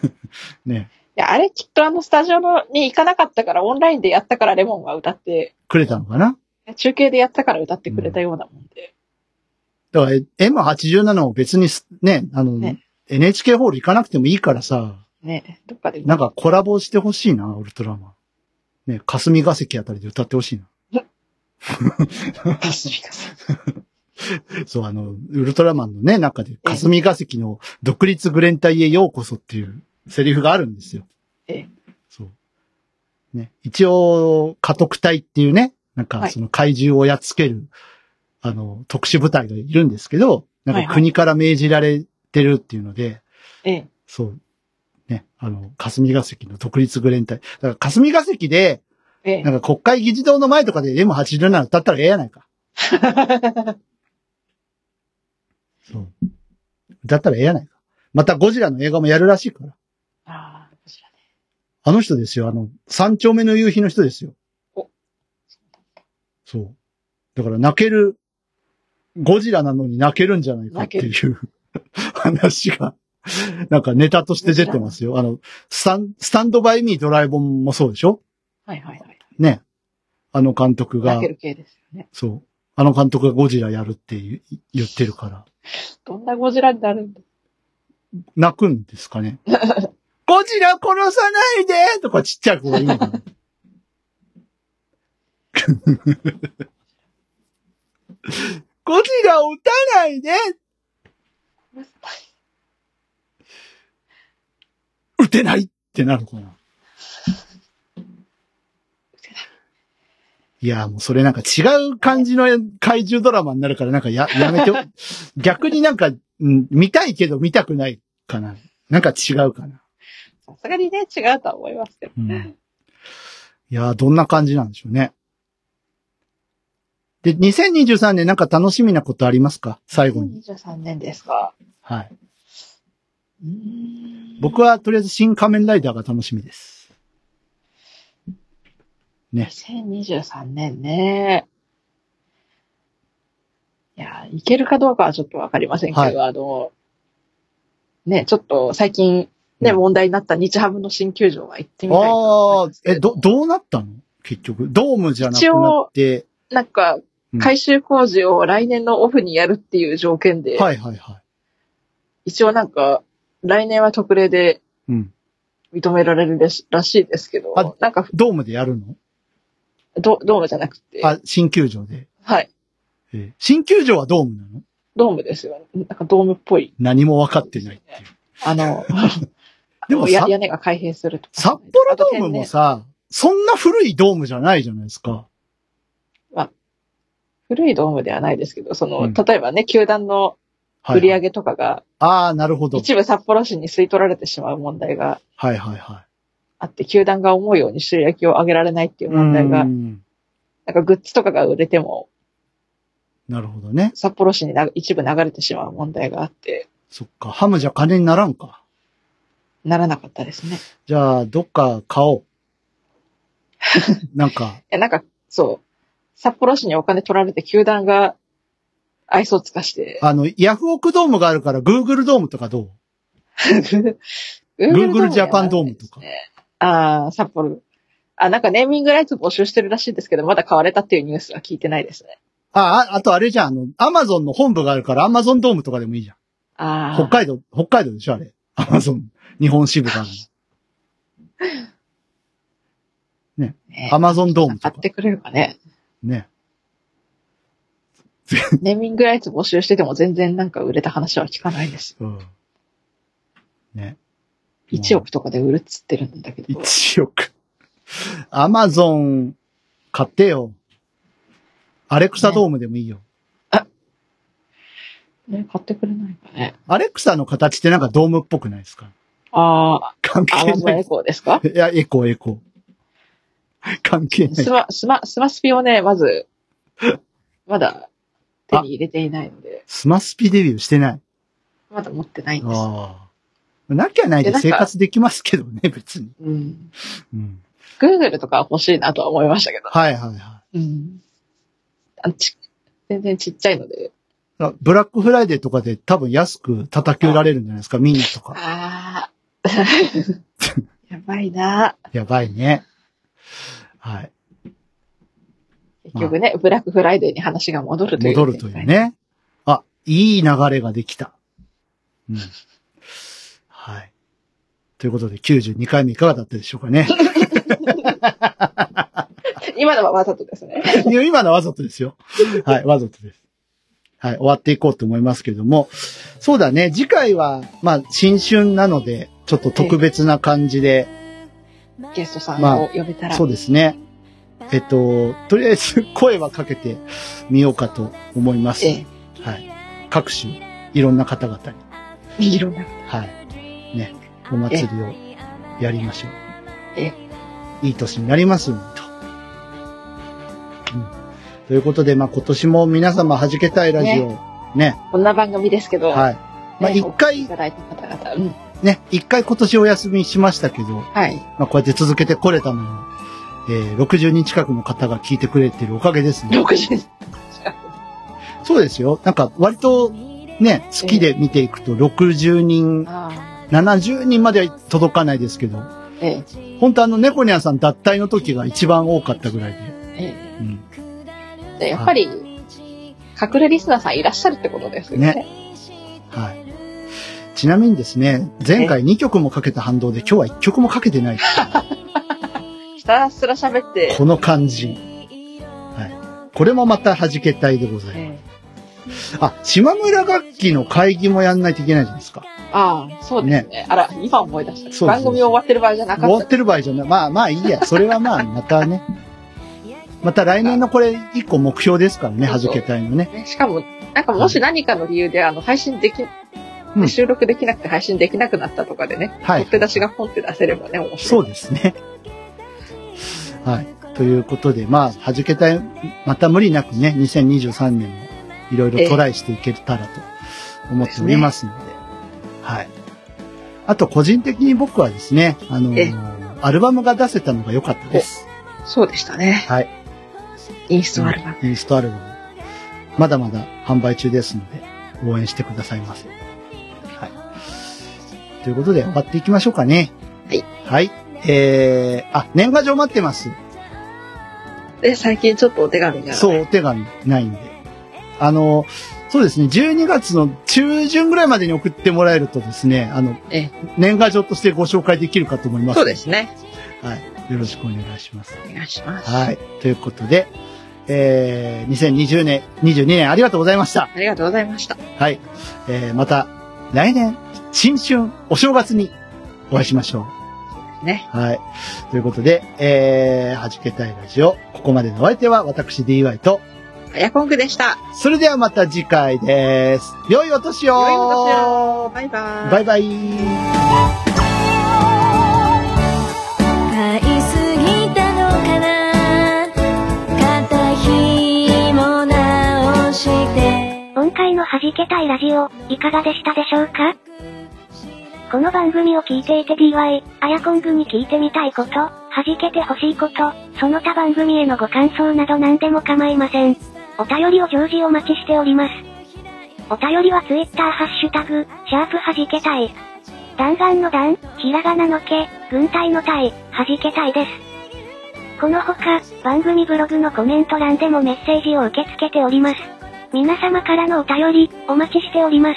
Speaker 2: ね。
Speaker 3: いや、あれきっとあのスタジオに行かなかったから、オンラインでやったからレモンは歌って、
Speaker 2: くれたのかな
Speaker 3: 中継でやったから歌ってくれたようなもんで。
Speaker 2: だからえ M87 を別にすね、あの、
Speaker 3: ね
Speaker 2: NHK ホール行かなくてもいいからさ、
Speaker 3: ねどっかで。
Speaker 2: なんかコラボしてほしいな、ウルトラマン。ね、霞が関あたりで歌ってほしいな。
Speaker 3: 霞が関
Speaker 2: そう、あの、ウルトラマンのね、中で、霞が関の独立グレン隊へようこそっていうセリフがあるんですよ。
Speaker 3: ええ
Speaker 2: そう。ね、一応、家督隊っていうね、なん
Speaker 3: は
Speaker 2: か
Speaker 3: い
Speaker 2: その怪獣をやっつける、あの、特殊部隊がいるんですけど、な
Speaker 3: は
Speaker 2: ん
Speaker 3: い
Speaker 2: か
Speaker 3: はい
Speaker 2: 国から命じられてるっていうので、
Speaker 3: ええ。
Speaker 2: そう。ね、あの、霞が関の独立グレン隊。だから霞が関で、
Speaker 3: ええ
Speaker 2: なんか国会議事堂の前とかで M87 歌ったらええやないか。そう。だったらええやないか。またゴジラの映画もやるらしいから。
Speaker 3: ああ、こちらね。
Speaker 2: あの人ですよ。あの、三丁目の夕日の人ですよ。
Speaker 3: お
Speaker 2: そう。だから泣ける、ゴジラなのに泣けるんじゃないかって
Speaker 3: 泣
Speaker 2: いう 話が、なんかネタとして出てますよ。あの、スタン、スタンドバイミードライボンもそうでしょ
Speaker 3: はいはいはい。
Speaker 2: ね。あの監督
Speaker 3: 泣
Speaker 2: が
Speaker 3: け、る系ですよね。
Speaker 2: そう。あの監督がゴジラやるって言言ってるから。
Speaker 3: どんなゴジラになるんだ
Speaker 2: 泣くんですかね。 ゴジラ殺さないでとかちっちゃい子が言うの。 ゴジラを撃たないで撃てないってなるかな。いや、もうそれなんか違う感じの怪獣ドラマになるからなんかや、 やめて、逆になんか、うん、見たいけど見たくないかな。なんか違うかな。
Speaker 3: さすがにね、違うとは思いますけど。
Speaker 2: うん、いやー、どんな感じなんでしょうね。で、2023年なんか楽しみなことありますか最後に。
Speaker 3: 23年ですか。
Speaker 2: はい。
Speaker 3: うーん
Speaker 2: 僕はとりあえず新仮面ライダーが楽しみです。
Speaker 3: 2023年ね。いや、いけるかどうかはちょっとわかりませんけど、
Speaker 2: はい
Speaker 3: あの、ね、ちょっと最近ね、
Speaker 2: うん
Speaker 3: 問題になった日ハムの新球場は行ってみたいな
Speaker 2: ああー、え、
Speaker 3: え、
Speaker 2: ど、
Speaker 3: ど、
Speaker 2: どうなったの結局。ドームじゃなくなって。
Speaker 3: なんか
Speaker 2: うん、
Speaker 3: 改修工事を来年のオフにやるっていう条件で、
Speaker 2: はいはいは
Speaker 3: 一応なんか、来年は特例で
Speaker 2: い。うん。
Speaker 3: 認められるらしらしいですけど
Speaker 2: あ、
Speaker 3: なんか、
Speaker 2: ドームでやるの
Speaker 3: ドドームじゃなくて、
Speaker 2: あ、新球場で。
Speaker 3: はい、
Speaker 2: えー新球場はドームなの
Speaker 3: ドームですよ。なんかドームっぽい。
Speaker 2: 何も分かってないっていう。
Speaker 3: あの、
Speaker 2: でも
Speaker 3: や
Speaker 2: さ、
Speaker 3: 屋根が開閉するとか。
Speaker 2: 札幌ドームもさ、そんな古いドームじゃないじゃないですか。
Speaker 3: 古いドームではないですけど、その、
Speaker 2: うん
Speaker 3: 例えばね、球団の
Speaker 2: はい
Speaker 3: 売り上げとかが、
Speaker 2: ああ、なるほど。
Speaker 3: 一部札幌市に吸い取られてしまう問題が
Speaker 2: はいはいは
Speaker 3: あって、球団が思うように収益を上げられないってい
Speaker 2: い。
Speaker 3: う問題
Speaker 2: う
Speaker 3: が、
Speaker 2: ー
Speaker 3: なん
Speaker 2: ん
Speaker 3: かグッズとかが売れても、
Speaker 2: なるほどね。
Speaker 3: 札幌市にな一部流れてしまう問題があって、
Speaker 2: そっか。ハムじゃ金にならんか。
Speaker 3: ならなかったですね。
Speaker 2: じゃあ、どっか買おう。なんか、
Speaker 3: え、なんか、そう、札幌市にお金取られて、球団が愛想つか して、
Speaker 2: あの、ヤフオクドームがあるから、グーグルドームとかどう
Speaker 3: Google
Speaker 2: Google ジャパンドームとか
Speaker 3: ああ、札幌。あ、なんかネーミングライツ募集してるらしいですけど、まだ買われたっていうニュースは聞いてないですね。
Speaker 2: あ、あ、あとあれじゃん、あの、アマゾンの本部があるから、アマゾンドームとかでもいいじゃん。
Speaker 3: ああ。
Speaker 2: 北海道、北海道でしょ、あれ。アマゾン、日本支部がある
Speaker 3: ね
Speaker 2: の。アマゾンドームと
Speaker 3: 買
Speaker 2: か
Speaker 3: っ。てくれるかね。
Speaker 2: ね。
Speaker 3: ネーミングライツ募集してても全然なんか売れた話は聞かないです。
Speaker 2: うん。ね。
Speaker 3: 1億とかで売るっつってるんだけど。
Speaker 2: 1億。アマゾン買ってよ。アレクサドームでもいいよ。
Speaker 3: ね、買ってくれないかね。
Speaker 2: アレクサの形ってなんかドームっぽくないですか
Speaker 3: あ
Speaker 2: 関
Speaker 3: あ、ア
Speaker 2: 係
Speaker 3: マゾン
Speaker 2: ない
Speaker 3: エ。コーです か
Speaker 2: いや、エコーエコー。関係ない
Speaker 3: ス。マ、スマ、スマスピをね、まず、まだ手に入れていないので、
Speaker 2: スマスピデビューしてない。
Speaker 3: まだ持ってないんです。
Speaker 2: ああ。なきゃないで生活できますけどね、別に。
Speaker 3: うん。
Speaker 2: うん。
Speaker 3: Google とかは欲しいなとは思いましたけど。
Speaker 2: はいはいは
Speaker 3: うん。あのち全然ちっちゃいので、
Speaker 2: あブラックフライデーとかで多分安く叩き売られるんじゃないですか、ミニとか。
Speaker 3: ああ。 やばいな。
Speaker 2: やばいね。はい。
Speaker 3: 結局ね、ブラックフライデーに話が戻るという。
Speaker 2: 戻るという。ね。あ、いい流れができた。うん。はい。ということで、92回目いかがだったでしょうかね。
Speaker 3: 今のはわざとですね。
Speaker 2: いや今のはわざとですよ。はい、わざとです。はい、終わっていこうと思いますけれども、そうだね、次回は、まあ、新春なので、ちょっと特別な感じで、
Speaker 3: ゲストさ
Speaker 2: まあ
Speaker 3: んを呼べたら。
Speaker 2: そうですね。えっと、とりあえず声はかけてみようかと思います。
Speaker 3: え
Speaker 2: はい。各種、いろんな方々に、
Speaker 3: え、いろんな。
Speaker 2: はい。ね、お祭りをやりましょう。
Speaker 3: え
Speaker 2: いい年になりますようにと。うん。ということで、まあ今年も皆様弾けたいラジオ、ね、
Speaker 3: こんな番組ですけど。
Speaker 2: はい。まあ
Speaker 3: ね
Speaker 2: 一回
Speaker 3: お聞きいただいた方々。うん。
Speaker 2: ね、一回今年お休みしましたけど、
Speaker 3: はい。
Speaker 2: まあこうやって続けてこれたのも、えー、60人近くの方が聞いてくれてるおかげですね。
Speaker 3: 60。
Speaker 2: そうですよ。なんか割とね、月で見ていくと60人、
Speaker 3: あ
Speaker 2: 70人までは届かないですけど、
Speaker 3: あ。ええ。
Speaker 2: 本当あの、猫ニャンさん脱退の時が一番多かったぐらいで。
Speaker 3: え
Speaker 2: うん。
Speaker 3: え。でやっぱり、隠れリスナーさんいらっしゃるってことですよね。
Speaker 2: はい。ちなみにですね、前回2曲もかけた反動で今日は1曲もかけてない。
Speaker 3: ひたすら喋って。
Speaker 2: この感じ。はい。これもまた弾けたいでございま
Speaker 3: ええ。
Speaker 2: す。あ、島村楽器の会議もやんないといけないじゃないですか。
Speaker 3: ああ、そうですね。あら、今思い出した。
Speaker 2: そうです
Speaker 3: 番組終わってる場合じゃな
Speaker 2: 終
Speaker 3: か
Speaker 2: わ
Speaker 3: っ
Speaker 2: ってる場合じゃない。まあまあいいや。それは まあ、またね。また来年のこれ1個目標ですからね、
Speaker 3: そう
Speaker 2: 弾
Speaker 3: そう
Speaker 2: けたいのね。
Speaker 3: た、ね。しかも、なんかもし何かの理由で、あの、配信でき、
Speaker 2: うん
Speaker 3: 収録できなくて配信できなくなったとかでね、
Speaker 2: はい
Speaker 3: 取って出しがポンって出せればね、面
Speaker 2: そ
Speaker 3: 白
Speaker 2: う
Speaker 3: い。
Speaker 2: ですね。はい。ということで、まあ、弾けたい、また無理なくね、2023年もいろいろトライしていけたらと思っておりますので、はい。あと、個人的に僕はですね、あの
Speaker 3: ええ
Speaker 2: アルバムが出せたのが良かったです。
Speaker 3: そうでしたね。
Speaker 2: はい。
Speaker 3: インストアルバム。
Speaker 2: インストアルバム。まだまだ販売中ですので、応援してくださいませ。はい。ということで、終わっていきましょうかね。
Speaker 3: はい。
Speaker 2: はい。えー、あ、年賀状待ってます。
Speaker 3: で、最近ちょっとお手紙が。
Speaker 2: そう、お手紙ないんで。あの、そうですね、12月の中旬ぐらいまでに送ってもらえるとですね、あの
Speaker 3: ええ、
Speaker 2: 年賀状としてご紹介できるかと思います。
Speaker 3: そうですね。
Speaker 2: はい。よろしくお願いします。
Speaker 3: お願いします。
Speaker 2: はい。ということで、えー、2020年、22年ありがとうございました。
Speaker 3: ありがとうございました。
Speaker 2: はい。えー、また、来年、新春、お正月にお会いしましょう。
Speaker 3: ね。
Speaker 2: はい。ということで、えー、はじけたいラジオ、ここまでのお相手は私 DY と、
Speaker 3: あやこんくでした。
Speaker 2: それではまた次回です。良いお年を
Speaker 3: 良いお年をバイバイ。
Speaker 2: バイバイ
Speaker 4: 買いすぎたのかな肩ひも直して
Speaker 1: 今回の弾けたいラジオ、いかがでしたでしょうかこの番組を聞いていて DY、アヤコングに聞いてみたいこと、弾けてほしいこと、その他番組へのご感想など何でも構いません。お便りを常時お待ちしております。お便りは Twitter ハッシュタグ、シャープ弾けたい。弾丸の弾、ひらがなのけ、軍隊の隊、弾けたいです。この他、番組ブログのコメント欄でもメッセージを受け付けております。皆様からのお便り、お待ちしております。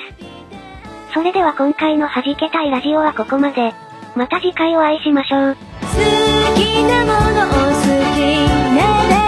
Speaker 1: それでは今回の弾けたいラジオはここまで。また次回お会いしましょう。
Speaker 4: 好きなものを好きなだ